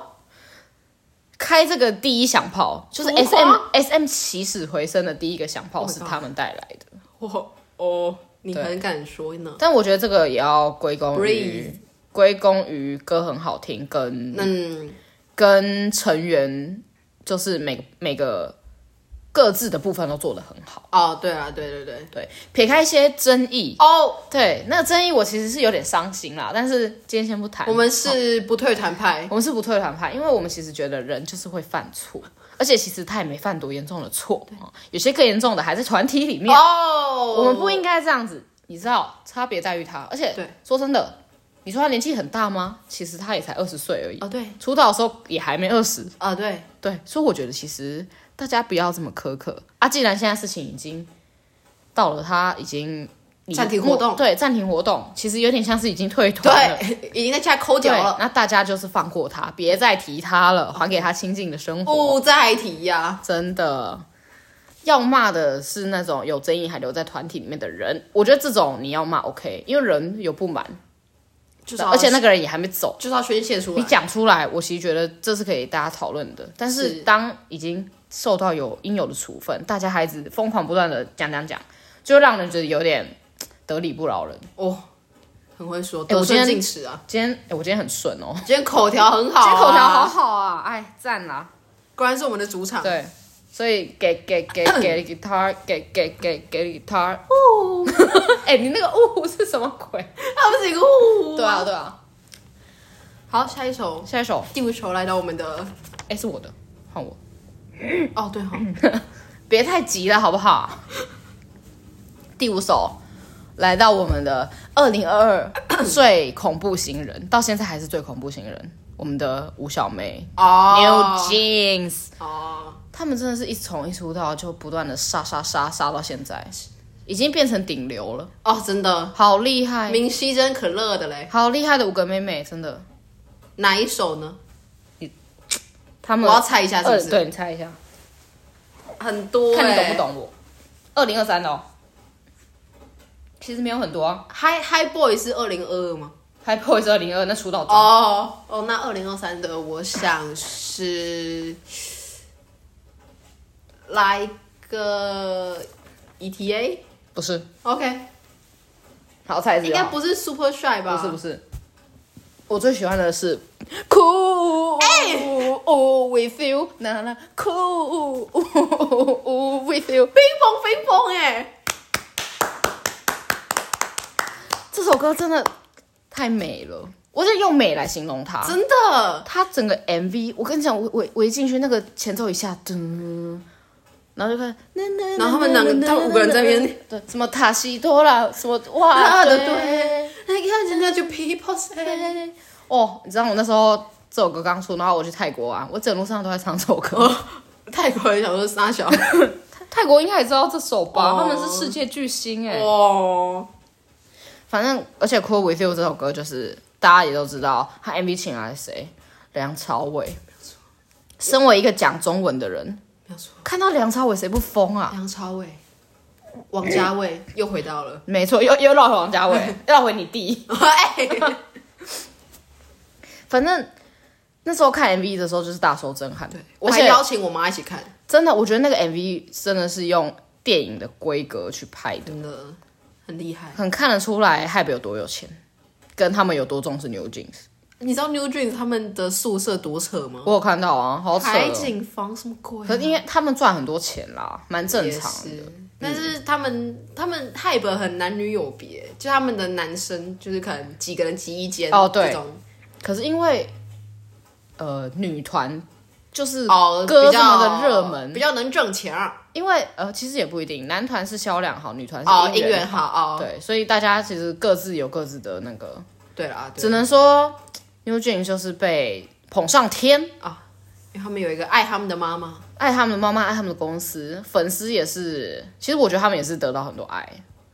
Speaker 2: 开这个第一响炮，就是
Speaker 1: 浮
Speaker 2: SM
Speaker 1: 夸
Speaker 2: SM 起死回生的第一个响炮
Speaker 1: my
Speaker 2: 是他们带来的。
Speaker 1: 我哦，你
Speaker 2: 对
Speaker 1: 很敢说呢。
Speaker 2: 但我觉得这个也要归功于
Speaker 1: Breathe
Speaker 2: 归功于歌很好听，跟
Speaker 1: 嗯，
Speaker 2: 跟成员就是每每个各自的部分都做得很好。
Speaker 1: 哦，对啊，对对对。
Speaker 2: 对，撇开一些争议，
Speaker 1: 哦，
Speaker 2: 对那个争议我其实是有点伤心啦，但是今天先不谈。
Speaker 1: 我们是不退团派，
Speaker 2: 我们是不退团派，因为我们其实觉得人就是会犯错，而且其实他也没犯多严重的错，哦有些更严重的还在团体里面。
Speaker 1: 哦，
Speaker 2: 我们不应该这样子，你知道差别在于他，而且
Speaker 1: 对
Speaker 2: 说真的，你说他年纪很大吗？其实他也才二十岁而已，
Speaker 1: 哦，对，
Speaker 2: 出道的时候也还没二十。
Speaker 1: 啊、对，
Speaker 2: 对，所以我觉得其实大家不要这么苛刻啊。既然现在事情已经到了，他已经离
Speaker 1: 暂停活动
Speaker 2: 对，暂停活动，其实有点像是已经退团了。
Speaker 1: 对，已经在家抠脚了，
Speaker 2: 那大家就是放过他，别再提他了，还给他清静的生活。
Speaker 1: 不再提呀、
Speaker 2: 真的，要骂的是那种有争议还留在团体里面的人，我觉得这种你要骂 OK，因为人有不满，
Speaker 1: 就是要
Speaker 2: 而且那个人也还没走。
Speaker 1: 就是要宣泄出
Speaker 2: 你
Speaker 1: 来，
Speaker 2: 讲出来，我其实觉得这是可以大家讨论的。但
Speaker 1: 是
Speaker 2: 是当已经受到有应有的处分，大家还一直疯狂不断的讲讲讲，就让人觉得有点嘖得理不饶人。
Speaker 1: 哦，很会说，
Speaker 2: 哎我
Speaker 1: 得
Speaker 2: 今天
Speaker 1: 寸进尺啊，
Speaker 2: 今天，哎、我今天很顺哦，
Speaker 1: 今天口条很好、
Speaker 2: 今
Speaker 1: 啊，
Speaker 2: 天口条好，好啊，哎，赞啦。
Speaker 1: 果然是我们的主场，
Speaker 2: 对，所以给给 给给给 guitar，给给给给 guitar。
Speaker 1: 呜，
Speaker 2: 哎、你那个呜是什么鬼？
Speaker 1: 它啊不是一个呜？
Speaker 2: 对啊，。对啊。
Speaker 1: 好，下一首，
Speaker 2: 下一首，
Speaker 1: 第五首来到我们的
Speaker 2: 哎、是我的，换我。嗯
Speaker 1: 哦，对哈、
Speaker 2: 别太急了，好不好？ 第五首，来到我们的二零二二 最恐怖新人，到现在还是最恐怖新人，我们的吴小妹、
Speaker 1: 哦
Speaker 2: New Jeans，
Speaker 1: 哦，
Speaker 2: 他们真的是一从一出道就不断的杀杀杀杀到现在，已经变成顶流了，
Speaker 1: 哦，真的，
Speaker 2: 好厉害，
Speaker 1: 明熙真可乐的嘞，
Speaker 2: 好厉害的五个妹妹，真的，
Speaker 1: 哪一首呢？
Speaker 2: 他
Speaker 1: 我
Speaker 2: 们
Speaker 1: 要猜一下是不
Speaker 2: 二
Speaker 1: 是？
Speaker 2: 嗯呃对你猜一下，
Speaker 1: 很多、欸
Speaker 2: 看你懂不？懂我。二零二三的哦，其实没有很多、啊、
Speaker 1: Hi Hi Boy 是二零二二吗？
Speaker 2: ，High Boys 二零二那出道专辑
Speaker 1: 哦哦，那二零二三的我想是来个 ETA。
Speaker 2: 不是，
Speaker 1: OK，
Speaker 2: 好菜
Speaker 1: 应该不是 Super Shy 吧？
Speaker 2: 啊不是不是。我最喜欢的是 c
Speaker 1: 哎
Speaker 2: o with you，啦啦 c o with you。
Speaker 1: 冰崩冰崩哎，
Speaker 2: 这首歌真的太美了，我是用美来形容它。
Speaker 1: 真的
Speaker 2: 它整个 MV，我跟你讲，我我我一进去那个前奏一下，噔，然后就看，
Speaker 1: 然后他们两个他们五个人在那边，
Speaker 2: 对，什么塔西多啦，什么哇
Speaker 1: 啊
Speaker 2: 的
Speaker 1: 对
Speaker 2: 对。
Speaker 1: 那你看人家就 People Say，
Speaker 2: 哦，你知道我那时候这首歌刚出，然后我去泰国啊，我整路上都在唱这首歌。
Speaker 1: 泰国人想说傻小
Speaker 2: 泰国应该也知道这首吧？
Speaker 1: 哦
Speaker 2: 他们是世界巨星哎、
Speaker 1: 哦，
Speaker 2: 反正而且《Cool With You》这首歌就是大家也都知道，他 MV 请来谁？梁朝伟。身为一个讲中文的人，
Speaker 1: 没有错，
Speaker 2: 看到梁朝伟谁不疯啊？
Speaker 1: 梁朝伟、王家卫又回到 了，
Speaker 2: 没错，又又绕回王家卫，绕回你弟。
Speaker 1: 哎，
Speaker 2: 反正那时候看 MV 的时候就是大受震撼。对
Speaker 1: 我
Speaker 2: 而
Speaker 1: 还
Speaker 2: 且
Speaker 1: 邀请我妈一起看，
Speaker 2: 真的，我觉得那个 MV 真的是用电影的规格去拍的，
Speaker 1: 真的很厉害。
Speaker 2: 很看得出来汉北有多有钱，跟他们有多重视 New Jeans。
Speaker 1: 你知道 New Jeans 他们的宿舍多扯吗？
Speaker 2: 我有看到啊，好扯、哦。
Speaker 1: 海景房什么鬼、
Speaker 2: 可是因为他们赚很多钱啦，蛮正
Speaker 1: 也
Speaker 2: 常
Speaker 1: 是
Speaker 2: 的。，
Speaker 1: 但是他们他们 Hype 很男女有别，就他们的男生就是可能几个人挤一间
Speaker 2: 哦对
Speaker 1: 这种
Speaker 2: 可是因为呃，女团就是
Speaker 1: 哦
Speaker 2: 歌
Speaker 1: 比
Speaker 2: 这
Speaker 1: 较
Speaker 2: 么的热门，
Speaker 1: 比较能挣钱啊，
Speaker 2: 因为呃，其实也不一定，男团是销量好，女团是
Speaker 1: 哦
Speaker 2: 音
Speaker 1: 音乐好哦，
Speaker 2: 对，所以大家其实各自有各自的那个，
Speaker 1: 对啦，啊对
Speaker 2: 只能说 New Jeans 就是被捧上天，
Speaker 1: 因为他们有一个爱他们的妈妈，
Speaker 2: 爱他们的妈妈，爱他们的公司，粉丝也是，其实我觉得他们也是得到很多爱。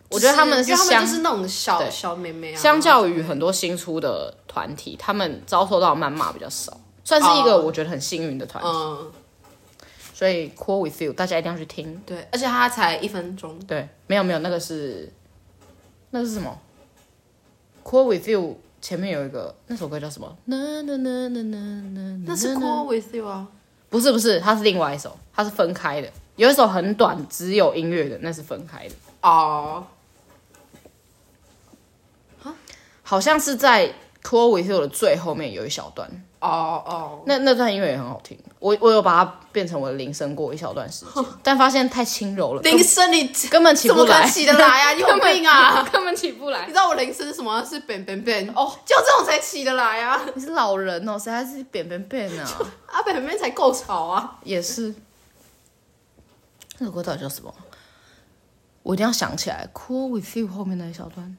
Speaker 2: 我觉得他们
Speaker 1: 就是因为他
Speaker 2: 相
Speaker 1: 们就是那种小
Speaker 2: 对
Speaker 1: 小妹妹啊，
Speaker 2: 相较于很多新出的团体，他们遭受到谩骂比较少，算是一个
Speaker 1: 哦
Speaker 2: 我觉得很幸运的团体。
Speaker 1: 嗯
Speaker 2: 所以《Cool with You》大家一定要去听。
Speaker 1: 对，而且他才一分钟，
Speaker 2: 对，没有没有，那个是那个是什么？《Cool with You》前面有一个那首歌叫什么？那那那那那那
Speaker 1: 那是 Cool with you 啊，
Speaker 2: 不是不是，它是另外一首，它是分开的。有一首很短，只有音乐的，那是分开的，
Speaker 1: 哦，
Speaker 2: 好像是在《Cool with You》的最后面有一小段。
Speaker 1: 哦哦，
Speaker 2: 那那段音乐也很好听，我我有把它变成我的铃声过一小段时间，但发现太轻柔了，
Speaker 1: 哦铃声你
Speaker 2: 根本起
Speaker 1: 怎
Speaker 2: 不
Speaker 1: 么可
Speaker 2: 来，
Speaker 1: 能起得来啊？你有
Speaker 2: 根本
Speaker 1: 病啊！！
Speaker 2: 根本起不来
Speaker 1: 你知。道我铃声是什么？是 bang bang bang
Speaker 2: 哦，
Speaker 1: 就这种才起得来啊！
Speaker 2: 你是老人哦，谁还是扁扁扁 啊？
Speaker 1: 啊 bang bang bang 才够吵啊！
Speaker 2: 也是。那首歌到底叫什么？我一定要想起来。Cool with you 后面那一小 段。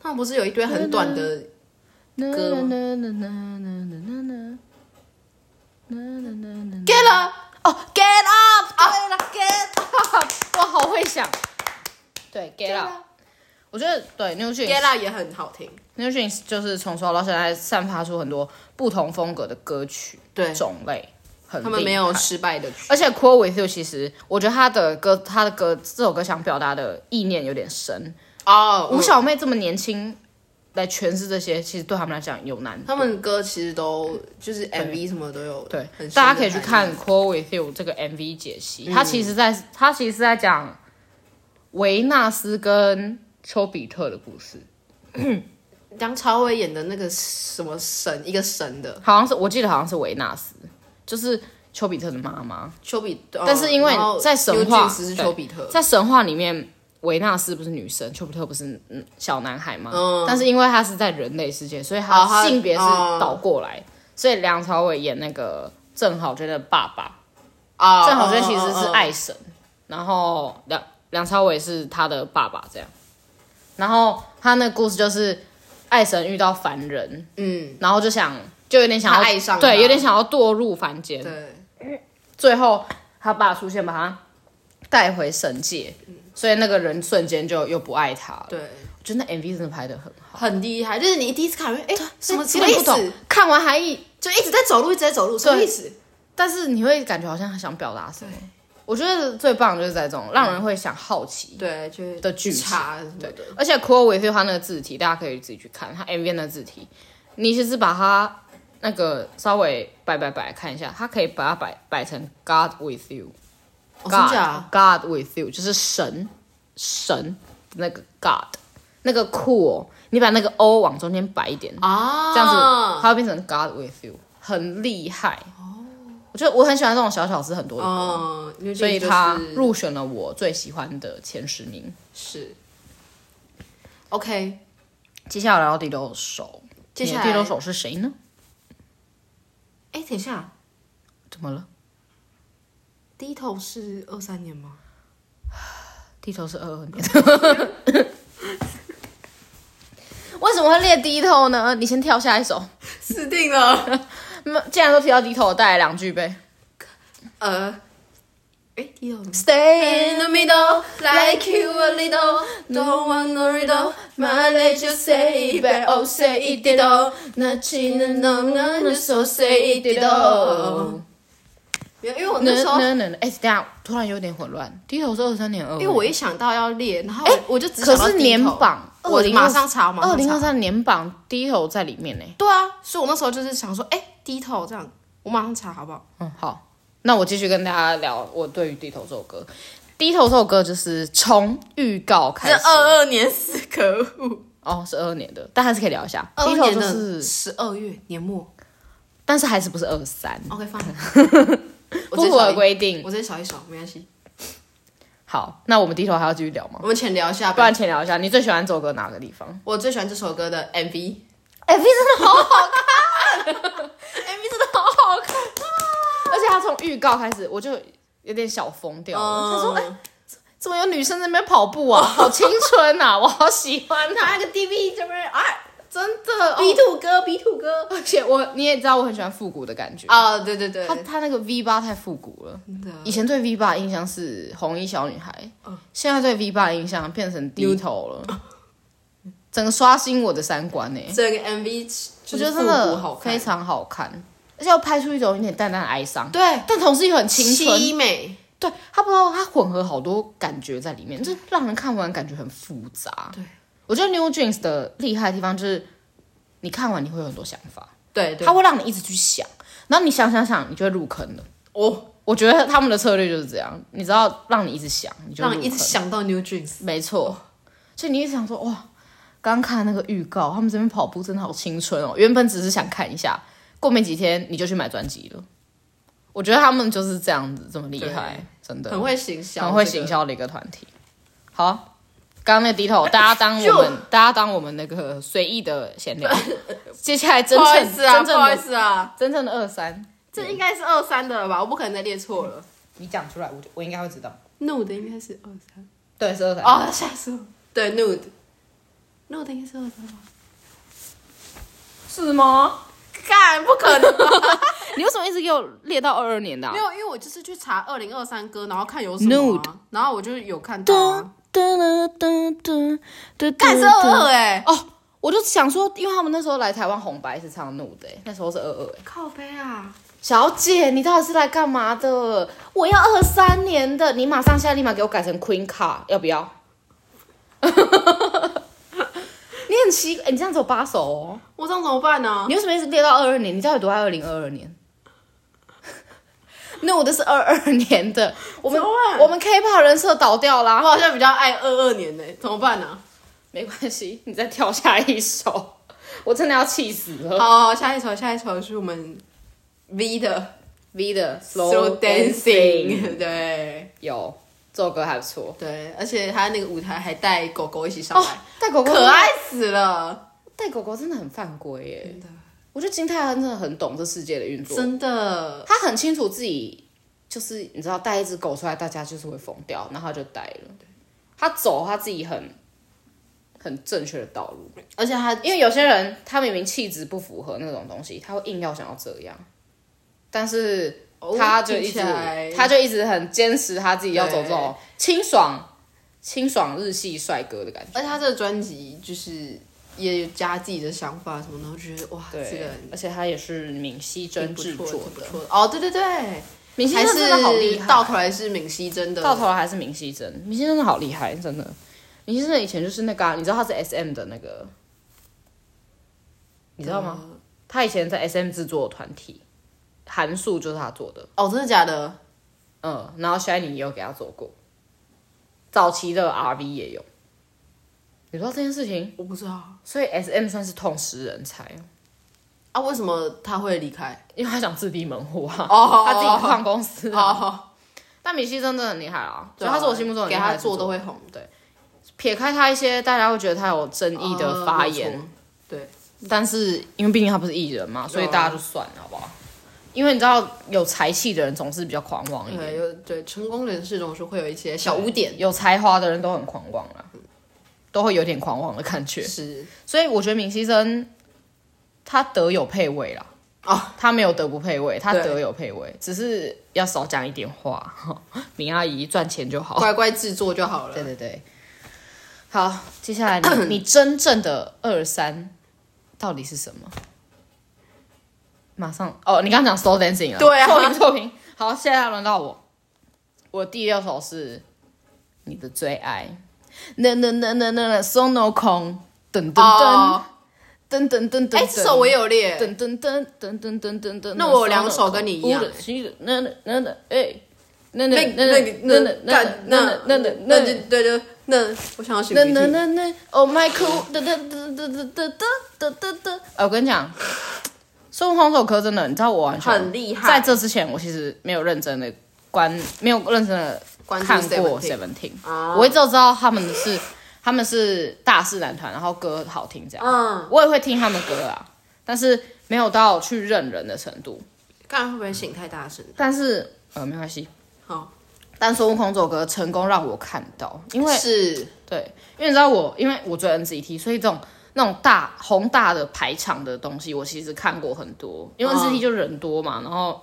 Speaker 1: 他们不是有一堆很短的歌吗
Speaker 2: 呐呐呐呐呐呐呐呐呐呐呐
Speaker 1: get up
Speaker 2: 哦，Get up！
Speaker 1: 啊 get up
Speaker 2: 哇，好会想。对，Get
Speaker 1: get
Speaker 2: up。
Speaker 1: up
Speaker 2: 我觉得对 New Jeans
Speaker 1: get up 也很好听，
Speaker 2: New Jeans 就是从出道到现在散发出很多不同风格的歌曲
Speaker 1: 对
Speaker 2: 种类，很
Speaker 1: 他们
Speaker 2: 厉害
Speaker 1: 没有失败的曲。
Speaker 2: 而且《Cool with You》其实我觉得他的歌，他的歌这首歌想表达的意念有点深。
Speaker 1: 哦，
Speaker 2: 吴
Speaker 1: 我
Speaker 2: 小妹这么年轻来诠释这些，其实对他们来讲有难。
Speaker 1: 他们歌其实都就是 MV 什么都有，
Speaker 2: 对
Speaker 1: 很，深的嗯
Speaker 2: 大家可以去
Speaker 1: 含
Speaker 2: 看
Speaker 1: 义
Speaker 2: 《Cool with You》这个 MV 解析，它其实在它其实在讲维纳斯跟丘比特的故事，
Speaker 1: 梁朝伟演的那个什么神，一个神的，
Speaker 2: 好像是我记得好像是维纳斯，就是丘比特的妈妈，
Speaker 1: 丘比特，
Speaker 2: 但是因为
Speaker 1: 然后
Speaker 2: 在神话
Speaker 1: Eugene 是
Speaker 2: 对
Speaker 1: 丘比特，
Speaker 2: 在神话里面，维纳斯不是女神，丘比特不是嗯小男孩吗？
Speaker 1: 嗯
Speaker 2: 但是因为他是在人类世界，所以
Speaker 1: 哦他
Speaker 2: 他性别是
Speaker 1: 哦
Speaker 2: 倒过来，所以梁朝伟演那个郑好娟的爸爸，
Speaker 1: 啊
Speaker 2: 郑好娟其实
Speaker 1: 嗯嗯
Speaker 2: 是
Speaker 1: 嗯
Speaker 2: 爱神，然后梁梁朝伟是他的爸爸这样，然后他那个故事就是爱神遇到凡人，
Speaker 1: 嗯，
Speaker 2: 然后就想就有点想要
Speaker 1: 他爱上他
Speaker 2: 对，有点想要堕入凡间，
Speaker 1: 对，
Speaker 2: 最后他爸出现把他带回神界，所以那个人瞬间就又不爱他了。
Speaker 1: 对，
Speaker 2: 我觉得那 MV 真的拍的很好，
Speaker 1: 很厉害。就是你第一次看，哎，什么什
Speaker 2: 有
Speaker 1: 么
Speaker 2: 点
Speaker 1: 意
Speaker 2: 不懂
Speaker 1: 思？，
Speaker 2: 看完还一，
Speaker 1: 就一直在走路，一直在走路，什么
Speaker 2: 对
Speaker 1: 意思？
Speaker 2: 但是你会感觉好像他想表达什么。我觉得最棒就是在这种让人会想好奇。
Speaker 1: 对，就是
Speaker 2: 的剧情
Speaker 1: 查什么的，
Speaker 2: 而且 Cool with You 他那个字体，大家可以自己去看他 MV 的字体。你其实把它那个稍微摆摆摆看一下，它可以把它摆摆成 God with You。
Speaker 1: 哦真
Speaker 2: God、
Speaker 1: 假？
Speaker 2: God with you 就是神神那个 God 那个 cool，你把那个 O 往中间摆一点，
Speaker 1: 啊，
Speaker 2: 嗯这样子它会变成 God with you，很厉害。
Speaker 1: 哦
Speaker 2: 我觉得我很喜欢这种小巧思很多的歌，
Speaker 1: 嗯，因为
Speaker 2: 所以
Speaker 1: 就是
Speaker 2: 它入选了我最喜欢的前十名。
Speaker 1: 是 OK。
Speaker 2: 接下来要第六首，
Speaker 1: 接下
Speaker 2: 你
Speaker 1: 来
Speaker 2: 的第六首是谁呢？
Speaker 1: 哎，等一下，
Speaker 2: 怎么了？
Speaker 1: 低头是二三年吗？
Speaker 2: 低头是二二年。 为什么会列低头呢？你先跳下一首。
Speaker 1: 死定了。
Speaker 2: 那既然都提到低头，我带来两句呗。
Speaker 1: 呃，哎，低头。
Speaker 2: Stay
Speaker 1: In the middle, like you a little, don't want no riddle. My let you say it, but oh say it did all. Nothing, no, no, no, so say it did all. 因为我那时候，
Speaker 2: 能能，哎，等一下突然有点混乱。低头是二三年二，欸
Speaker 1: 因为我一想到要列，然后
Speaker 2: 哎
Speaker 1: 我就只
Speaker 2: 可
Speaker 1: 想到
Speaker 2: 是
Speaker 1: 低头
Speaker 2: 年榜，
Speaker 1: 哦我
Speaker 2: 2023
Speaker 1: 马上查，马
Speaker 2: 二
Speaker 1: 上
Speaker 2: 零二
Speaker 1: 查。
Speaker 2: 三年榜低头在里面呢。欸
Speaker 1: 对啊，所以我那时候就是想说，哎，低头这样，我马上查好不好？
Speaker 2: 嗯，好，那我继续跟大家聊我对于低头这首歌。低头这首歌就是从预告开始，
Speaker 1: 二二年死可恶，
Speaker 2: 哦，是二二年的，但还是可以聊一下。
Speaker 1: 二
Speaker 2: 低
Speaker 1: 二
Speaker 2: 头
Speaker 1: 年
Speaker 2: 就
Speaker 1: 的
Speaker 2: 是，
Speaker 1: 十二月年末。
Speaker 2: 但是还是不是二三，
Speaker 1: OK，放。 我
Speaker 2: 不
Speaker 1: 直接
Speaker 2: 符
Speaker 1: 少
Speaker 2: 合
Speaker 1: 一
Speaker 2: 规定。
Speaker 1: 我直接少一首，没关系。
Speaker 2: 好，那我们低头还要继续聊吗？
Speaker 1: 我们浅聊一下
Speaker 2: 不
Speaker 1: 吧。
Speaker 2: 然浅聊一下，你最喜欢这首歌哪个地方？
Speaker 1: 我最喜欢这首歌的 MV。
Speaker 2: 哎，真的好好看。
Speaker 1: MV 真的好好看。
Speaker 2: 而且他从预告开始，我就有点小疯掉了。
Speaker 1: 哦
Speaker 2: 他
Speaker 1: 嗯
Speaker 2: 说：“哎、怎么有女生在那边跑步 啊？好青春啊！ 我好喜欢她，
Speaker 1: 他那个 DV 这边啊
Speaker 2: 真的。哦
Speaker 1: ，B two 哥，B two 哥。
Speaker 2: 而且我你也知道，我很喜欢复古的感觉。啊
Speaker 1: 啊，对对对
Speaker 2: 他，他那个 V 八太复古了。
Speaker 1: 真的
Speaker 2: 以前对 V 八印象是红衣小女孩，现在对 V 八印象变成低头了，整个刷新我的三观呢、欸
Speaker 1: 这个 MV
Speaker 2: 我
Speaker 1: 就
Speaker 2: 觉
Speaker 1: 是
Speaker 2: 得
Speaker 1: 复
Speaker 2: 真
Speaker 1: 古好
Speaker 2: 的
Speaker 1: 看
Speaker 2: 非，常好看，而且又拍出一种有点淡淡的哀伤，
Speaker 1: 对，
Speaker 2: 但同时又很青春。
Speaker 1: 凄美，
Speaker 2: 对他不知道他混合好多感觉在里面，就是让人看完感觉很复杂。
Speaker 1: 对，
Speaker 2: 我觉得 New Jeans 的厉害的地方就是，你看完你会有很多想法，
Speaker 1: 对对
Speaker 2: 它。会让你一直去想，然后你想想想，你就会入坑了。
Speaker 1: 哦，
Speaker 2: 我觉得他们的策略就是这样，你知道让你一直想，你就会
Speaker 1: 让
Speaker 2: 入
Speaker 1: 你一直
Speaker 2: 坑
Speaker 1: 想到 New Jeans。
Speaker 2: 没错，所以你一直想说哇，刚看那个预告，他们这边跑步真的好青春哦。原本只是想看一下，过没几天你就去买专辑了。我觉得他们就是这样子，这么厉害，真的
Speaker 1: 很会行销，
Speaker 2: 很会行。销的一个团体。好，刚刚那个低头，大家当我们，大家当我们那个随意的闲 聊。接下来真
Speaker 1: 不好意
Speaker 2: 正、
Speaker 1: 思啊，
Speaker 2: 真
Speaker 1: 不
Speaker 2: 正
Speaker 1: 好意
Speaker 2: 的
Speaker 1: 思啊，
Speaker 2: 真正的二三，
Speaker 1: 这应该是二三的了吧？我不可能再列错了。
Speaker 2: 你讲出来，我就我应该会知道。
Speaker 1: Nude 应该是二三。
Speaker 2: 对，是二三。
Speaker 1: 哦，吓死我！对，Nude。Nude 应该是二三吧？
Speaker 2: 是吗？
Speaker 1: 干，不可能！
Speaker 2: 你为什么一直给我列到二二年的、啊
Speaker 1: 没？有，因为我就是去查二零二三歌，然后看有什么啊、然后我就有看到、啊。干是二二哎，
Speaker 2: 哦，我就想说，因为他们那时候来台湾红白是唱怒的、欸，那时候是二二、欸。
Speaker 1: 靠背啊！
Speaker 2: 小姐，你到底是来干嘛的？我要二三年的，你马上现在立马给我改成 Queen Card，要不要？ 你很奇怪、欸你这样子有八首哦，
Speaker 1: 我这样怎么办呢、
Speaker 2: 你为什么一直列到二二年？你到底多爱二零二二年？ 那我的是二二年的，我们
Speaker 1: 怎么办
Speaker 2: 我们 K-pop 人设倒掉啦
Speaker 1: 我，好像比较爱二二年呢、怎么办呢、
Speaker 2: 没关系，你再跳下一首，我真的要气死了。
Speaker 1: 好，下一首，下一首是我们 V 的
Speaker 2: V 的
Speaker 1: Slow Dancing，对
Speaker 2: 有这首歌还不错
Speaker 1: 对，而且他那个舞台还带狗哦狗一起上来，，
Speaker 2: 带狗狗
Speaker 1: 可爱，死了，
Speaker 2: 带狗狗真的很犯规耶。我觉得金泰亨真的很懂这世界的运作，
Speaker 1: 真的。
Speaker 2: 他很清楚自己就是你知道带一只狗出来，大家就是会疯掉，然后他就带了。他走他自己很很正确的道路，
Speaker 1: 而且他
Speaker 2: 因为有些人他明明气质不符合那种东西，他会硬要想要这样，但是
Speaker 1: 哦
Speaker 2: 他就一
Speaker 1: 听起
Speaker 2: 直、
Speaker 1: 来
Speaker 2: 他就一直很坚持他自己要走这种清爽清爽日系帅哥的感觉。
Speaker 1: 而且他这个专辑就是也有加自己的想法什么的，我觉得哇，
Speaker 2: 对，
Speaker 1: 这个
Speaker 2: 而且他也是闵熙珍制
Speaker 1: 不错
Speaker 2: 作
Speaker 1: 挺不
Speaker 2: 的，
Speaker 1: 错的。哦，对对对，
Speaker 2: 闵熙
Speaker 1: 还
Speaker 2: 珍真的好厉
Speaker 1: 是
Speaker 2: 害，
Speaker 1: 到头来是闵熙真的
Speaker 2: 到头来还是明熙珍，明熙真的好厉害，真的。明熙真的以前就是那个、啊，你知道他是 S M 的那个，你知道吗？他以前在 S M 制作团体，韩素就是他做的，
Speaker 1: 哦，真的假的？
Speaker 2: 嗯，然后 Shiny 也有给他做过，早期的 R V 也有。你知道这件事情，
Speaker 1: 我不知道
Speaker 2: 所以 S M 算是痛失人才哦，
Speaker 1: 啊，为什么他会离开？
Speaker 2: 因为他想自立门户啊，
Speaker 1: 哦
Speaker 2: 他自己创公司啊。
Speaker 1: 哦，
Speaker 2: 但米西真的很厉害啊，所
Speaker 1: 对
Speaker 2: 以
Speaker 1: 啊
Speaker 2: 他是我心目中很
Speaker 1: 给
Speaker 2: 厉害
Speaker 1: 他
Speaker 2: 的制
Speaker 1: 做
Speaker 2: 作
Speaker 1: 都会红
Speaker 2: 对，撇开他一些大家会觉得他有争议的发
Speaker 1: 啊没
Speaker 2: 言，
Speaker 1: 有错对，
Speaker 2: 但是因为毕竟他不是艺人嘛，所以
Speaker 1: 对啊
Speaker 2: 大家就算了，好不好？因为你知道有才气的人总是比较狂妄一
Speaker 1: 对，
Speaker 2: 点，
Speaker 1: 有对成功人士总是会有一些小污点，
Speaker 2: 有才华的人都很狂妄啦，都会有点狂妄的 感觉。
Speaker 1: 是
Speaker 2: 所以我觉得明熙珍他德有配位啦，
Speaker 1: 哦，
Speaker 2: 他没有德不配位，他
Speaker 1: 对
Speaker 2: 德有配位，只是要少讲一点话。 明阿姨赚钱就好。
Speaker 1: 乖乖制作就好了。
Speaker 2: 对对对。好，接下来你你真正的二三到底是什么？马上哦，你刚刚讲 slow dancing 了，
Speaker 1: 对啊
Speaker 2: 错评错评。好，现在轮到我，我第六首是你的最爱，那那那那那那 sono 空，噔噔噔
Speaker 1: 哦，
Speaker 2: 噔噔噔噔，
Speaker 1: 哎，这首我也有列，
Speaker 2: 噔噔噔噔噔噔噔噔，
Speaker 1: 那我有两首跟你一样
Speaker 2: 五的七的那那那那哎，那
Speaker 1: 那
Speaker 2: 那那
Speaker 1: 那
Speaker 2: 那
Speaker 1: 那
Speaker 2: 那
Speaker 1: 干
Speaker 2: 那
Speaker 1: 那
Speaker 2: 那那那
Speaker 1: 就对对那，我想要选
Speaker 2: 那
Speaker 1: BT
Speaker 2: 那那那，Oh my cool，哒哒哒哒哒哒哒哒哒。哎，我跟你讲，孙悟空这首歌真的，你知道我完全
Speaker 1: 很厉害
Speaker 2: 在这之前，我其实没有认真的观，没有认真的
Speaker 1: 关注
Speaker 2: 看过
Speaker 1: Seventeen
Speaker 2: Seventeen，
Speaker 1: 哦
Speaker 2: 我一直都知道他们是他们是大势男团，然后歌好听这样。
Speaker 1: 嗯，
Speaker 2: 我也会听他们歌啊，但是没有到去认人的程度。
Speaker 1: 刚才会不会醒太大声？
Speaker 2: 但是呃，没关系。
Speaker 1: 好，
Speaker 2: 但孙悟空这首歌成功让我看到，因为
Speaker 1: 是
Speaker 2: 对，因为你知道我，因为我追 NCT，所以这种那种大宏大的排场的东西，我其实看过很多。因为
Speaker 1: 嗯
Speaker 2: NCT 就人多嘛，然后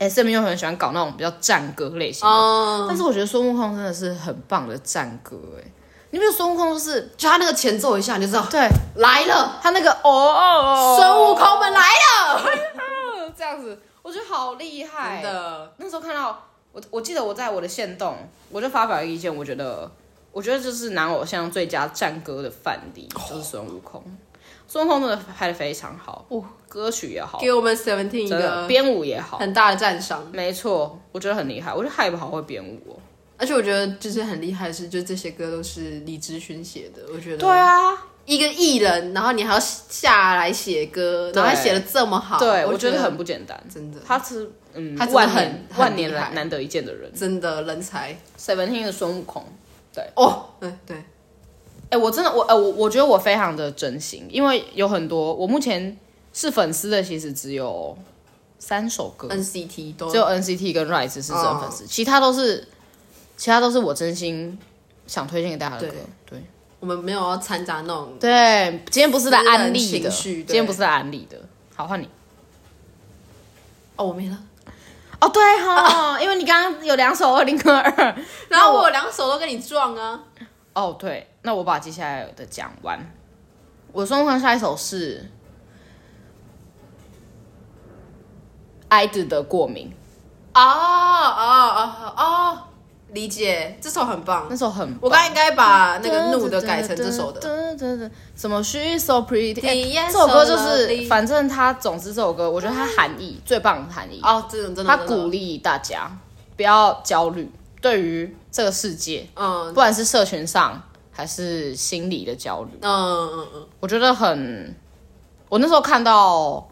Speaker 2: SM 又很喜欢搞那种比较战歌类型的。
Speaker 1: 哦，
Speaker 2: 但是我觉得孙悟空真的是很棒的战歌哎、你没有孙悟空就是
Speaker 1: 就他那个前奏一下你就知道
Speaker 2: 对
Speaker 1: 来了，
Speaker 2: 他那个哦哦，
Speaker 1: 孙悟空们来了，
Speaker 2: 哦这样子，我觉得好厉害
Speaker 1: 真。的，
Speaker 2: 那时候看到我，我记得我在我的线动，我就发表一个意见，我觉得，我觉得就是男偶像最佳战歌的范例
Speaker 1: 哦
Speaker 2: 就是孙悟空，孙悟空真的拍的非常好，歌曲也好，
Speaker 1: 给我们 Seventeen 哦一
Speaker 2: 真的
Speaker 1: 个
Speaker 2: 编舞也好，
Speaker 1: 很大的赞赏。
Speaker 2: 没错，我觉得很厉害，我觉得 Hype 好会编舞、哦，
Speaker 1: 而且我觉得就是很厉害的是，就这些歌都是李志勋写的，我觉得
Speaker 2: 对啊，
Speaker 1: 一个艺人，然后你还要下来写歌，然后还写的这么好，
Speaker 2: 对，
Speaker 1: 我
Speaker 2: 我觉得
Speaker 1: 得
Speaker 2: 很不简单，
Speaker 1: 真的
Speaker 2: 他是嗯，
Speaker 1: 他真的
Speaker 2: 万
Speaker 1: 很
Speaker 2: 年
Speaker 1: 很
Speaker 2: 万年
Speaker 1: 厉害
Speaker 2: 难难得一见的人
Speaker 1: 真的人才
Speaker 2: ，Seventeen 的孙悟空。
Speaker 1: 哦，对对，
Speaker 2: 哎、我真的我呃我我觉得我非常的真心，因为有很多我目前是粉丝的，其实只有三首歌，
Speaker 1: NCT 都
Speaker 2: 只有 NCT 跟 Rise 是
Speaker 1: 哦
Speaker 2: 真粉丝，其他都是其他都是我真心想推荐给大家的歌。对
Speaker 1: 我们没有要掺杂那种
Speaker 2: 对，今天不是来安
Speaker 1: 私
Speaker 2: 利
Speaker 1: 人
Speaker 2: 的，
Speaker 1: 情绪
Speaker 2: 今
Speaker 1: 对
Speaker 2: 天不是来安利的。好，换你。
Speaker 1: 哦，我没了。
Speaker 2: 哦，对哈、 因为你刚刚有两首二零二二，
Speaker 1: 然后我两手都跟你撞啊，
Speaker 2: 哦，对，那我把接下来的讲完。我送上下一首是《爱的的过敏》，
Speaker 1: 哦哦哦哦，理解，这首很棒
Speaker 2: 那。首很
Speaker 1: 我刚应该把那个怒的改成这首的。
Speaker 2: 的，什么 She's so pretty，、
Speaker 1: The
Speaker 2: 哎
Speaker 1: yes
Speaker 2: 这首歌就
Speaker 1: lovely
Speaker 2: 是，反正它，总之这首歌，我觉得它含义最棒的含义，
Speaker 1: 哦，这种真的，
Speaker 2: 它
Speaker 1: 真的
Speaker 2: 鼓，励大家不要焦虑，对于这个世界，不
Speaker 1: 嗯
Speaker 2: 管是社群上还是心理的焦虑。
Speaker 1: 嗯嗯嗯
Speaker 2: 我觉得很，我那时候看到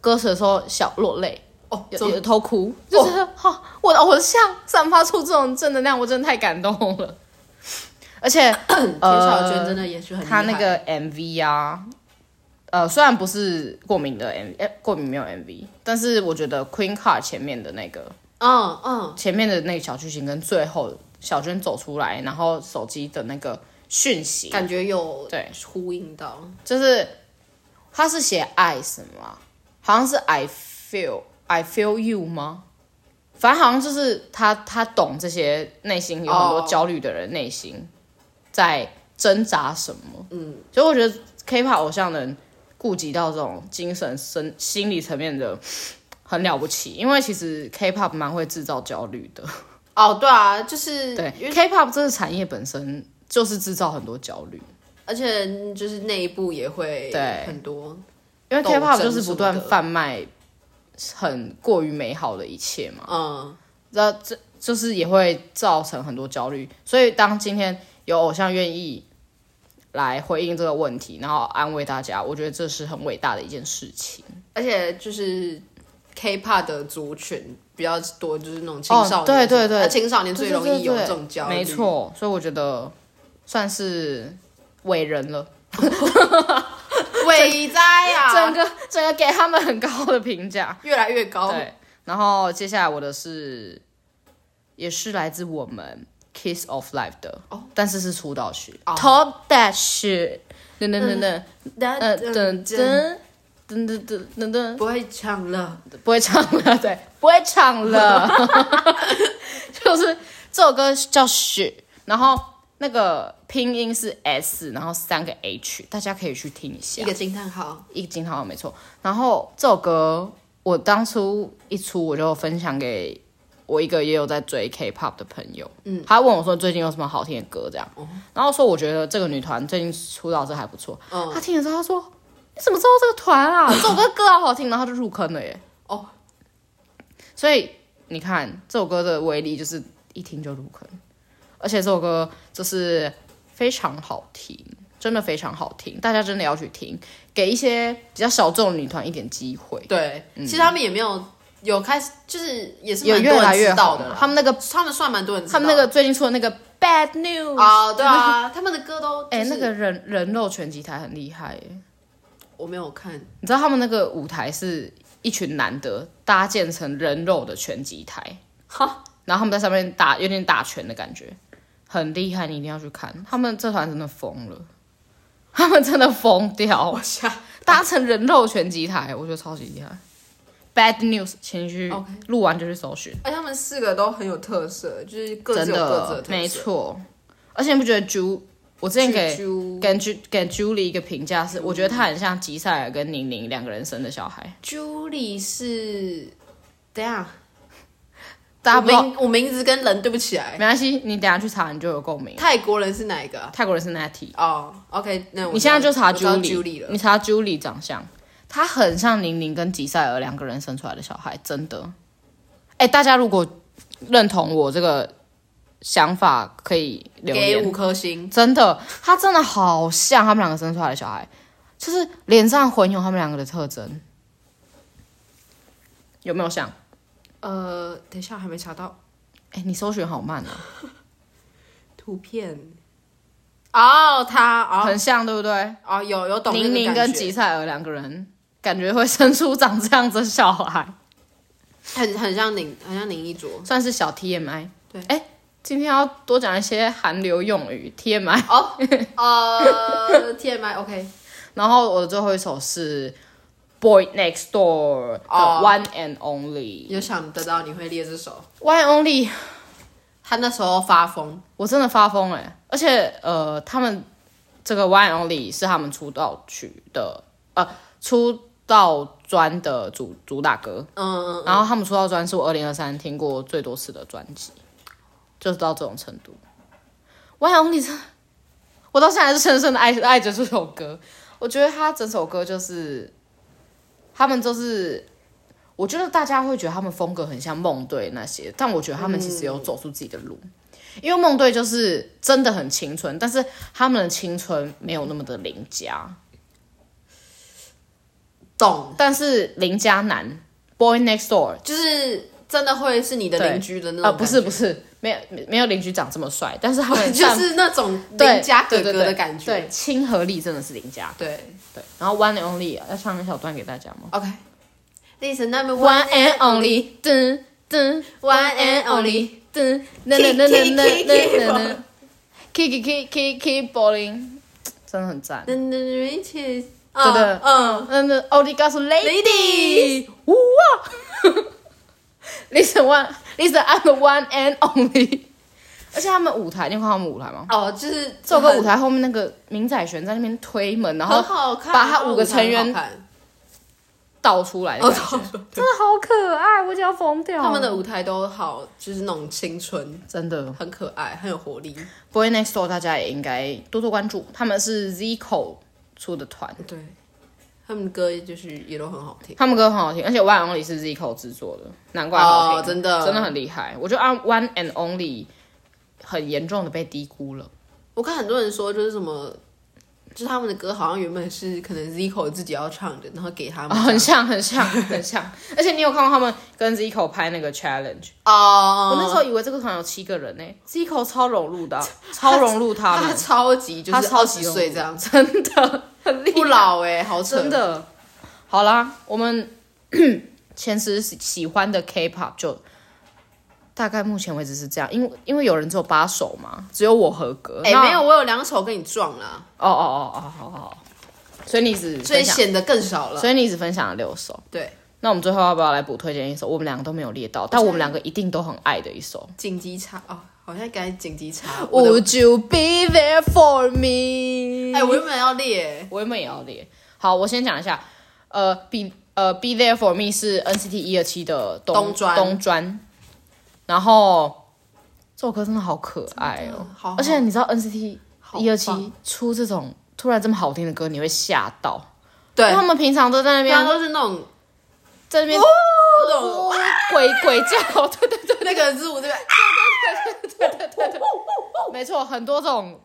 Speaker 2: 歌词的时候小落泪，
Speaker 1: 嗯，
Speaker 2: 哦，
Speaker 1: 怎
Speaker 2: 有
Speaker 1: 么
Speaker 2: 有偷哭，
Speaker 1: 就
Speaker 2: 就是是哈、我的偶像散发出这种正能量，我真的太感动了。而且田
Speaker 1: 田小娟真的也是很厉害
Speaker 2: 他那个 MV 啊，呃，虽然不是过敏的 MV，、呃过敏没有 MV，但是我觉得 Queen Card 前面的那个
Speaker 1: 嗯嗯，
Speaker 2: 前面的那个小剧情跟最后小娟走出来，然后手机的那个讯息，
Speaker 1: 感觉有
Speaker 2: 对
Speaker 1: 呼应到，
Speaker 2: 就是他是写爱什么啊、好像是 I feel I feel you 吗？反正好像就是他他懂这些内心有很多
Speaker 1: 哦
Speaker 2: 焦虑的人内心在挣扎什么。嗯，所以我觉得 K-pop 偶像能顾及到这种精神身心理层面的。很了不起，因为其实 K-pop 蛮会制造焦虑的。
Speaker 1: 哦，对啊，就是
Speaker 2: 对
Speaker 1: 因为
Speaker 2: ，K-pop 这个产业本身就是制造很多焦虑。
Speaker 1: 而且就是内部也会
Speaker 2: 对
Speaker 1: 很多，
Speaker 2: 因为
Speaker 1: 斗争
Speaker 2: K-pop 就是不
Speaker 1: 什
Speaker 2: 断
Speaker 1: 么的
Speaker 2: 贩卖很过于美好的一切嘛，
Speaker 1: 嗯，
Speaker 2: 那这就是也会造成很多焦虑。所以当今天有偶像愿意来回应这个问题，然后安慰大家，我觉得这是很伟大的一件事情。
Speaker 1: 而且就是 K-pop 的族群比较多，就是那种青少
Speaker 2: 哦
Speaker 1: 年什么的、
Speaker 2: 对对对
Speaker 1: 那青少年最容易有
Speaker 2: 对对对
Speaker 1: 这种焦虑，
Speaker 2: 没，错，所以我觉得算是伟人了，
Speaker 1: 伟哉啊，
Speaker 2: 整个整个给他们很高的评价。
Speaker 1: 越来越高，
Speaker 2: 对，然后接下来我的是，也是来自我们 Kiss of Life 的，但是是出道曲
Speaker 1: 哦
Speaker 2: ，Top That Shit，噔噔噔噔，
Speaker 1: 噔
Speaker 2: 呃噔噔噔噔噔噔噔，
Speaker 1: 不会唱了，
Speaker 2: 不会唱了，对，不会唱了， 就是这首歌叫 Shit，然后那个拼音是 S，然后三个 H，大家可以去听一下
Speaker 1: 一。个惊叹号，
Speaker 2: 一惊叹号没错。然后这首歌我当初一出我就分享给我一个也有在追 K-pop 的朋友，嗯，他问我说最近有什么好听的歌这样，然后说我觉得这个女团最近出道这还不错，
Speaker 1: 嗯
Speaker 2: 他听了之后他说你怎么知道这个团啊？这首歌歌好好听，然后他就入坑了耶。
Speaker 1: 哦，
Speaker 2: 所以你看这首歌的威力就是一听就入坑，而且这首歌就是非常好听，真的非常好听，大家真的要去听，给一些比较小众的女团一点机会，
Speaker 1: 对，其实他们也没有有开始，就是也是
Speaker 2: 有
Speaker 1: 蛮
Speaker 2: 越
Speaker 1: 多
Speaker 2: 来
Speaker 1: 人
Speaker 2: 越
Speaker 1: 知道
Speaker 2: 好
Speaker 1: 的啦，
Speaker 2: 他们那个
Speaker 1: 他们算蛮多人知
Speaker 2: 他
Speaker 1: 道的，
Speaker 2: 们那个最近出的那个 Bad News，
Speaker 1: 啊、对啊，他们的歌都
Speaker 2: 哎、
Speaker 1: 就是
Speaker 2: 那个人人肉拳击台很厉害耶，
Speaker 1: 我没有看，
Speaker 2: 你知道他们那个舞台是一群男的搭建成人肉的拳击台，然后他们在上面打有点打拳的感觉，很厉害，你一定要去看。他们这团真的疯了， 他们真的疯掉
Speaker 1: 我，下
Speaker 2: 搭成人肉拳击台，我觉得超级厉害。Bad news，请去
Speaker 1: OK
Speaker 2: 录完就去搜寻，
Speaker 1: 哎而且他们四个都很有特色，就是各
Speaker 2: 真
Speaker 1: 自有各自的
Speaker 2: 的
Speaker 1: 特色，
Speaker 2: 没错。而且你不觉得 Ju，我之前给
Speaker 1: 啾
Speaker 2: 给 Ju 给 Julie 一个评价是，我觉得他很像吉赛尔跟宁宁两个人生的小孩。
Speaker 1: Julie 是，等一下，
Speaker 2: 大家
Speaker 1: 我
Speaker 2: 不知道
Speaker 1: 名我名字跟人对不起来，
Speaker 2: 没关系，你等一下去查你就有共鸣。
Speaker 1: 泰国人是哪一个啊、
Speaker 2: 泰国人是 Natty，
Speaker 1: 哦、o k 那我
Speaker 2: 你现在就查
Speaker 1: 知道
Speaker 2: Julie，,
Speaker 1: Julie 了，
Speaker 2: 你查 Julie 长相，她很像宁宁跟吉赛尔两个人生出来的小孩，真的。哎、大家如果认同我这个想法，可以留
Speaker 1: 给
Speaker 2: 言
Speaker 1: 五。颗星，
Speaker 2: 真的，她真的好像他们两个生出来的小孩，就是脸上混有他们两个的特征，有没有像？
Speaker 1: 呃，等一下还没查到
Speaker 2: 哎、你搜寻好慢啊，
Speaker 1: 图片，哦、他哦
Speaker 2: 很像，对不对？
Speaker 1: 哦有有懂那个
Speaker 2: 宁宁
Speaker 1: 感
Speaker 2: 跟
Speaker 1: 觉
Speaker 2: 吉赛尔两个人，感觉会生出长这样子的小孩，
Speaker 1: 很很像林很像林一卓，
Speaker 2: 算是小 TMI。
Speaker 1: 对
Speaker 2: 哎、今天要多讲一些韩流用语 TMI。
Speaker 1: 哦，呃，TMI OK，
Speaker 2: 然后我的最后一首是 Boy Next Door 的
Speaker 1: 哦
Speaker 2: One and Only。
Speaker 1: 有想得到你会列这首，
Speaker 2: One and Only，
Speaker 1: 他那时候发疯，
Speaker 2: 我真的发疯哎、而且呃，他们这个 One and Only 是他们出道曲的呃出道专的主主打歌。
Speaker 1: 嗯，
Speaker 2: 然后他们出道专是我二零二三听过最多次的专辑，就是到这种程度。我想你真的，我到现在还是深深的爱爱着这首歌。我觉得他整首歌就是，他们就是，我觉得大家会觉得他们风格很像梦队那些，但我觉得他们其实有走出自己的路。因为梦队就是真的很青春，但是他们的青春没有那么的邻家，
Speaker 1: 懂，
Speaker 2: 但是邻家男 Boy Next Door，
Speaker 1: 就是真的会是你的
Speaker 2: 对
Speaker 1: 邻居的那
Speaker 2: 啊、
Speaker 1: 种、
Speaker 2: 不是不，是，没有没没有邻居长这么帅，但是他 们
Speaker 1: 就
Speaker 2: 散
Speaker 1: 是那种
Speaker 2: 对
Speaker 1: 邻家哥
Speaker 2: 对
Speaker 1: 哥
Speaker 2: 对对
Speaker 1: 的感觉。
Speaker 2: 对，亲和力真的是邻家。
Speaker 1: 对
Speaker 2: 对，然后 One and Only 要唱一小段给大家吗
Speaker 1: o k Listen number
Speaker 2: ？One
Speaker 1: one
Speaker 2: and Only，噔噔
Speaker 1: One and only
Speaker 2: 噔，那那
Speaker 1: Keep-
Speaker 2: 那那
Speaker 1: keep-
Speaker 2: 那
Speaker 1: keep-
Speaker 2: 那
Speaker 1: keep
Speaker 2: 那那，Keep Keep Keep Keep Bowling，真的很赞。
Speaker 1: and the riches，
Speaker 2: 真的
Speaker 1: 嗯
Speaker 2: 嗯，那 Only got lady，
Speaker 1: ，Lady，
Speaker 2: 哇 ，Listen one，Listen，I'm the one and only。而 且他们舞台，你有看他们舞台吗？
Speaker 1: 哦，就是
Speaker 2: 这首歌
Speaker 1: 很
Speaker 2: 舞台后面那个明宰玄在那边推门，然后
Speaker 1: 很好看，
Speaker 2: 把他五个
Speaker 1: 舞台
Speaker 2: 成员
Speaker 1: 很好看
Speaker 2: 倒出来的
Speaker 1: 哦，
Speaker 2: 感觉，
Speaker 1: 懂了
Speaker 2: 真的好可爱，我就要疯掉
Speaker 1: 他们的舞台都好，就是那种青春，
Speaker 2: 真的
Speaker 1: 很可爱，很有活力。
Speaker 2: ，Boy Next Door 大家也应该多多关注，他们是 Zico 出的团，
Speaker 1: 对，他们的歌就是也都很好听。
Speaker 2: 他们歌很好听，而且 One and Only 是 Zico 制作的，难怪好听，
Speaker 1: 哦真的
Speaker 2: 真的很厉害。我觉得啊 One and Only 很严重的被低估了，
Speaker 1: 我看很多人说，就是什么，就是他们的歌好像原本是可能 Zico 自己要唱的，然后给他
Speaker 2: 哦
Speaker 1: 们
Speaker 2: 很像很像很 像，而且你有看过他们跟 Zico 拍那个 Challenge，、
Speaker 1: 哦
Speaker 2: 我那时候以为这个团有七个人呢、z i c o 超融入的啊，超融入 他
Speaker 1: 他
Speaker 2: 们，
Speaker 1: 超级就
Speaker 2: 他
Speaker 1: 是
Speaker 2: 超
Speaker 1: 二
Speaker 2: 级
Speaker 1: 十
Speaker 2: 融入
Speaker 1: 岁这样，
Speaker 2: 真的很厉害
Speaker 1: 不老哎、好扯
Speaker 2: 真的。好啦，我们前十喜喜欢的 K-pop 就大概目前为止是这样，因为因为有人只有八首嘛，只有我合格。
Speaker 1: 哎、
Speaker 2: 那
Speaker 1: 没有，我有两首跟你撞啦，
Speaker 2: 哦哦哦哦，好好好。所以你只
Speaker 1: 所以
Speaker 2: 分享，
Speaker 1: 显得更少了。
Speaker 2: 所以你只分享了六首。
Speaker 1: 对，
Speaker 2: 那我们最后要不要来补推荐一首？我们两个都没有列到，但我们两个一定都很爱的一首。
Speaker 1: 紧急查哦，好像该紧急查。我的
Speaker 2: Would you be there for me？
Speaker 1: 哎、我原本要列，
Speaker 2: 我原本也要列。好，我先讲一下，呃，Be 呃 Be There for Me 是 NCT 一二七的
Speaker 1: 东专
Speaker 2: 东专，然后这首歌真的好可爱哦、
Speaker 1: 好好
Speaker 2: 而且你知道 NCT 一二七
Speaker 1: 棒
Speaker 2: 出这种突然这么好听的歌，你会吓到，因
Speaker 1: 对哦
Speaker 2: 为，他们平常都在那
Speaker 1: 大家
Speaker 2: 边
Speaker 1: 都是那种
Speaker 2: 在那边
Speaker 1: 那种
Speaker 2: 鬼鬼叫，对对对，
Speaker 1: 那个入 这个，
Speaker 2: 没错，很多种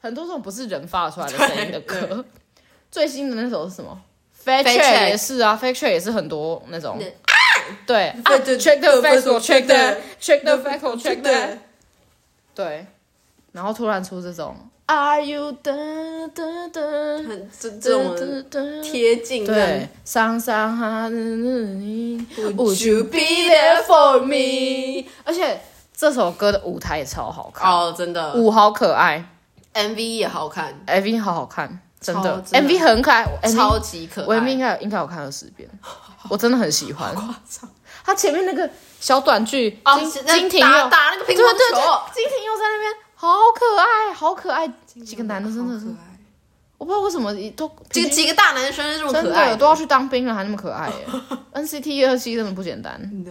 Speaker 2: 很多种不是人发出来的声音的歌，最新的那首是什么 f a t
Speaker 1: Fat
Speaker 2: Check
Speaker 1: Check
Speaker 2: 也是啊 f a t Check 也是很多那种
Speaker 1: 对，
Speaker 2: 对啊
Speaker 1: Fat the-
Speaker 2: ，Check the
Speaker 1: the
Speaker 2: fact or
Speaker 1: fact
Speaker 2: check
Speaker 1: or
Speaker 2: that check the
Speaker 1: the
Speaker 2: fact or check
Speaker 1: 对
Speaker 2: that，，对，然后突然出这种 Are you done done done
Speaker 1: 很这这种贴近这样
Speaker 2: 对，伤伤哈嗯的你
Speaker 1: Would you be there
Speaker 2: there
Speaker 1: for
Speaker 2: for
Speaker 1: me？
Speaker 2: me，而且这首歌的舞台也超好看，
Speaker 1: 哦，真的
Speaker 2: 舞好可爱。
Speaker 1: ，MV 也好看，
Speaker 2: MV 好好看，真的
Speaker 1: 真的
Speaker 2: MV 很可爱，我 MV
Speaker 1: 超级可
Speaker 2: 我 MV 应
Speaker 1: 爱，
Speaker 2: 该有应该有看二十遍，我真的很喜欢。他前面那个小短剧，
Speaker 1: 哦
Speaker 2: 金
Speaker 1: 是那
Speaker 2: 金廷佑
Speaker 1: 打打那个乒乓
Speaker 2: 对对对
Speaker 1: 球
Speaker 2: 金廷佑在那边好可爱，好可爱，几个男的真的是
Speaker 1: 好，可爱
Speaker 2: 我不知道为什么都
Speaker 1: 几
Speaker 2: 平均
Speaker 1: 几个大男生是这么
Speaker 2: 真
Speaker 1: 可爱
Speaker 2: 的，都要去当兵了还那么可爱 耶！NCT 二七真的不简单，
Speaker 1: 真的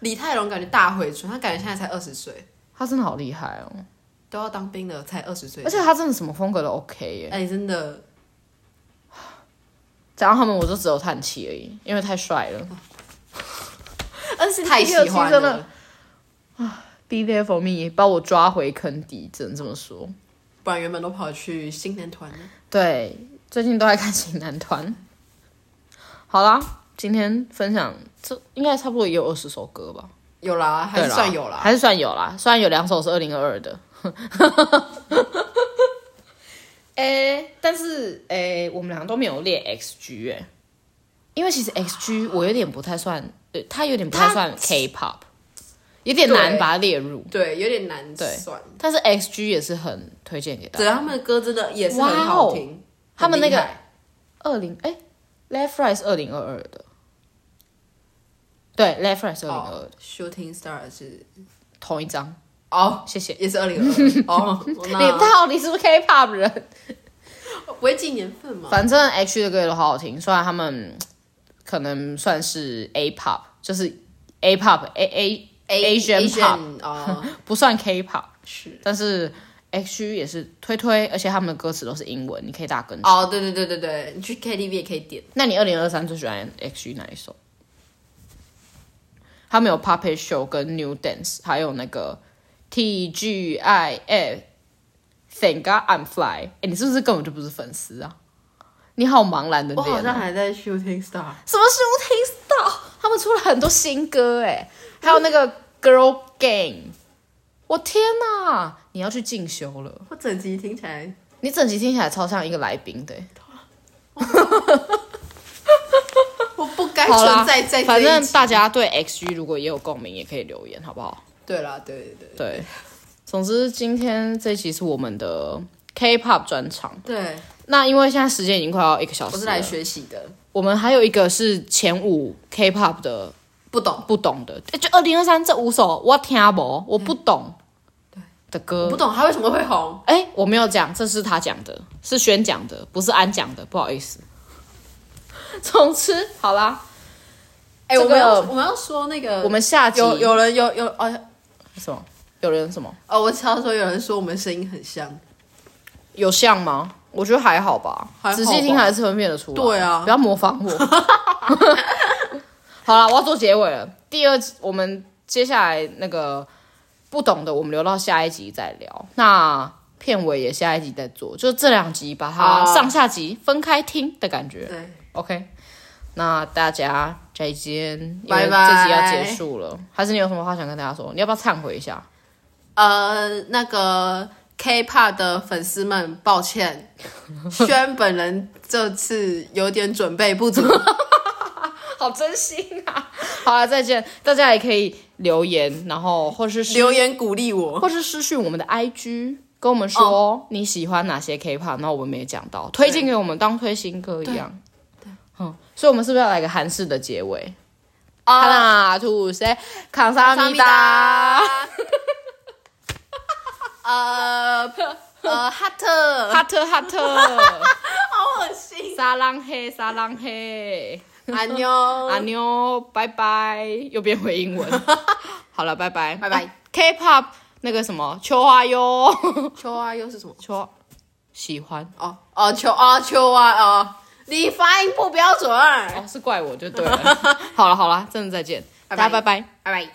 Speaker 1: 李泰龙感觉大回春，他感觉现在才二十岁，
Speaker 2: 他真的好厉害哦，
Speaker 1: 都要当兵了才二十岁，
Speaker 2: 而且他真的什么风格都 OK 耶。
Speaker 1: 哎，真的
Speaker 2: 讲到他们，我就只有叹气而已，因为太帅了。NCT
Speaker 1: 太喜欢
Speaker 2: 真的
Speaker 1: 了，
Speaker 2: Be there for me，把我抓回坑底，只能这么说。
Speaker 1: 不然原本都跑去新男团了。
Speaker 2: 对，最近都在看型男团。好啦，今天分享这应该差不多也有二十首歌吧，
Speaker 1: 有啦，还
Speaker 2: 对
Speaker 1: 是
Speaker 2: 啦
Speaker 1: 算有啦。
Speaker 2: 还是算有啦，虽然有两首是二零二二 的。哎、但是哎、我们两个都没有列 XG 哎、因为其实 XG 我有点不太算，呃，它有点不太
Speaker 1: 它
Speaker 2: 算 K-pop，有点难
Speaker 1: 对
Speaker 2: 把它列入。
Speaker 1: 对，有点难
Speaker 2: 对
Speaker 1: 算。
Speaker 2: 但是 XG 也是很推荐给大
Speaker 1: 对，
Speaker 2: 家。
Speaker 1: 他们的歌真的也是很好听。很
Speaker 2: 哦他们那个
Speaker 1: 厉害
Speaker 2: 二零哎，Left Right 是二零二二的，对，Left Right 是二零二
Speaker 1: 哦，Shooting Star 是
Speaker 2: 同一张，
Speaker 1: 哦，
Speaker 2: 谢谢。
Speaker 1: 也是二零二 哦，
Speaker 2: 你
Speaker 1: 那
Speaker 2: 到底是不是 K-pop 人？
Speaker 1: 不会记年份吗？
Speaker 2: 反正 H 的歌也都好好听，虽然他们嗯可能算是 A-pop，就是 A-pop A A Asian pop，
Speaker 1: Asian 哦，
Speaker 2: 不算 K-pop，
Speaker 1: 是
Speaker 2: 但是 H 也是推推，而且他们的歌词都是英文，你可以大跟。
Speaker 1: 哦，对对对对对，你去 KTV 也可以点。
Speaker 2: 那你二零二三最喜欢 H 哪一首？他们有 Puppet Show 跟 New Dance，还有那个 T G I F。Thank God I'm Fly。哎、你是不是根本就不是粉丝啊？你好茫然的
Speaker 1: 我好
Speaker 2: 脸、
Speaker 1: 像
Speaker 2: 啊。
Speaker 1: 还在 Shooting Star，
Speaker 2: 什么 Shooting Star？他他们出了很多新歌哎，还有那个 Girl Gang，我天哪！你要去进修了，
Speaker 1: 我整集听起来
Speaker 2: 你整集听起来超像一个来宾的欸。
Speaker 1: 我不该
Speaker 2: 好啦
Speaker 1: 存在在这
Speaker 2: 反
Speaker 1: 一
Speaker 2: 正
Speaker 1: 集
Speaker 2: 大家对 XG 如果也有共鸣，也可以留言，好不好？
Speaker 1: 对啦，对对对
Speaker 2: 对，总之今天这一集是我们的 K-pop 专场。
Speaker 1: 对，
Speaker 2: 那因为现在时间已经快要一个小时
Speaker 1: 我
Speaker 2: 了，
Speaker 1: 是啊来学习的，
Speaker 2: 我们还有一个是前五 K-pop 的
Speaker 1: 不懂，
Speaker 2: 不懂的，诶就二零二三这五首我听不，我不懂
Speaker 1: 嗯
Speaker 2: 的
Speaker 1: 我
Speaker 2: 歌
Speaker 1: 不。懂他为什么会红，
Speaker 2: 哎、我没有讲，这是他讲的，是轩讲的，不是安讲的，不好意思。 总之，好啦，
Speaker 1: 哎、
Speaker 2: 这
Speaker 1: 我们要
Speaker 2: 个
Speaker 1: 我们要说那个，
Speaker 2: 我们下集
Speaker 1: 有有人有有哦
Speaker 2: 什么？有人什么？
Speaker 1: 哦，我知道说有人说我们声音很像，
Speaker 2: 有像吗？我觉得还好吧，
Speaker 1: 还好吧
Speaker 2: 仔细听还是分辨得出来。
Speaker 1: 对啊
Speaker 2: 不要模仿我。 好了，我要做结尾了。第二集，我们接下来那个不懂的，我们留到下一集再聊。那片尾也下一集再做，就这两集把它
Speaker 1: 好
Speaker 2: 上下集分开听的感觉。
Speaker 1: 对，
Speaker 2: OK，那大家再见，因为
Speaker 1: 拜拜
Speaker 2: 这集要结束了，还是你有什么话想跟大家说？你要不要忏悔一下？
Speaker 1: 呃，那个 K-pop 的粉丝们，抱 歉，轩本人这次有点准备不足，
Speaker 2: 好真心啊！好了，再见，大家也可以留言，然后或是私
Speaker 1: 留言鼓励 我，
Speaker 2: 或是私讯我们的 IG，跟我们
Speaker 1: 哦
Speaker 2: 说你喜欢哪些 K-pop，那我们没有讲到，推荐给我们当推新歌一样。对，嗯，所以我们是不是要来个韩式的结尾？
Speaker 1: 啊
Speaker 2: 好啦，吐谁？康萨
Speaker 1: 阿
Speaker 2: 米达，。
Speaker 1: 呃呃，哈特，
Speaker 2: 哈特哈特，
Speaker 1: 好恶心。
Speaker 2: 撒浪嘿撒浪嘿。
Speaker 1: 安妞，
Speaker 2: 阿妞，拜拜，又变回 英文。好了，拜拜，
Speaker 1: 拜拜
Speaker 2: 啊 K-pop 那个什么秋花哟，
Speaker 1: 秋啊又是什么？
Speaker 2: 秋喜欢
Speaker 1: 哦哦，秋啊秋啊哦，你发音不标准。
Speaker 2: 哦哦，是怪我就对了。好了好了，真的再见，
Speaker 1: 拜拜
Speaker 2: 大家拜拜。
Speaker 1: 拜拜。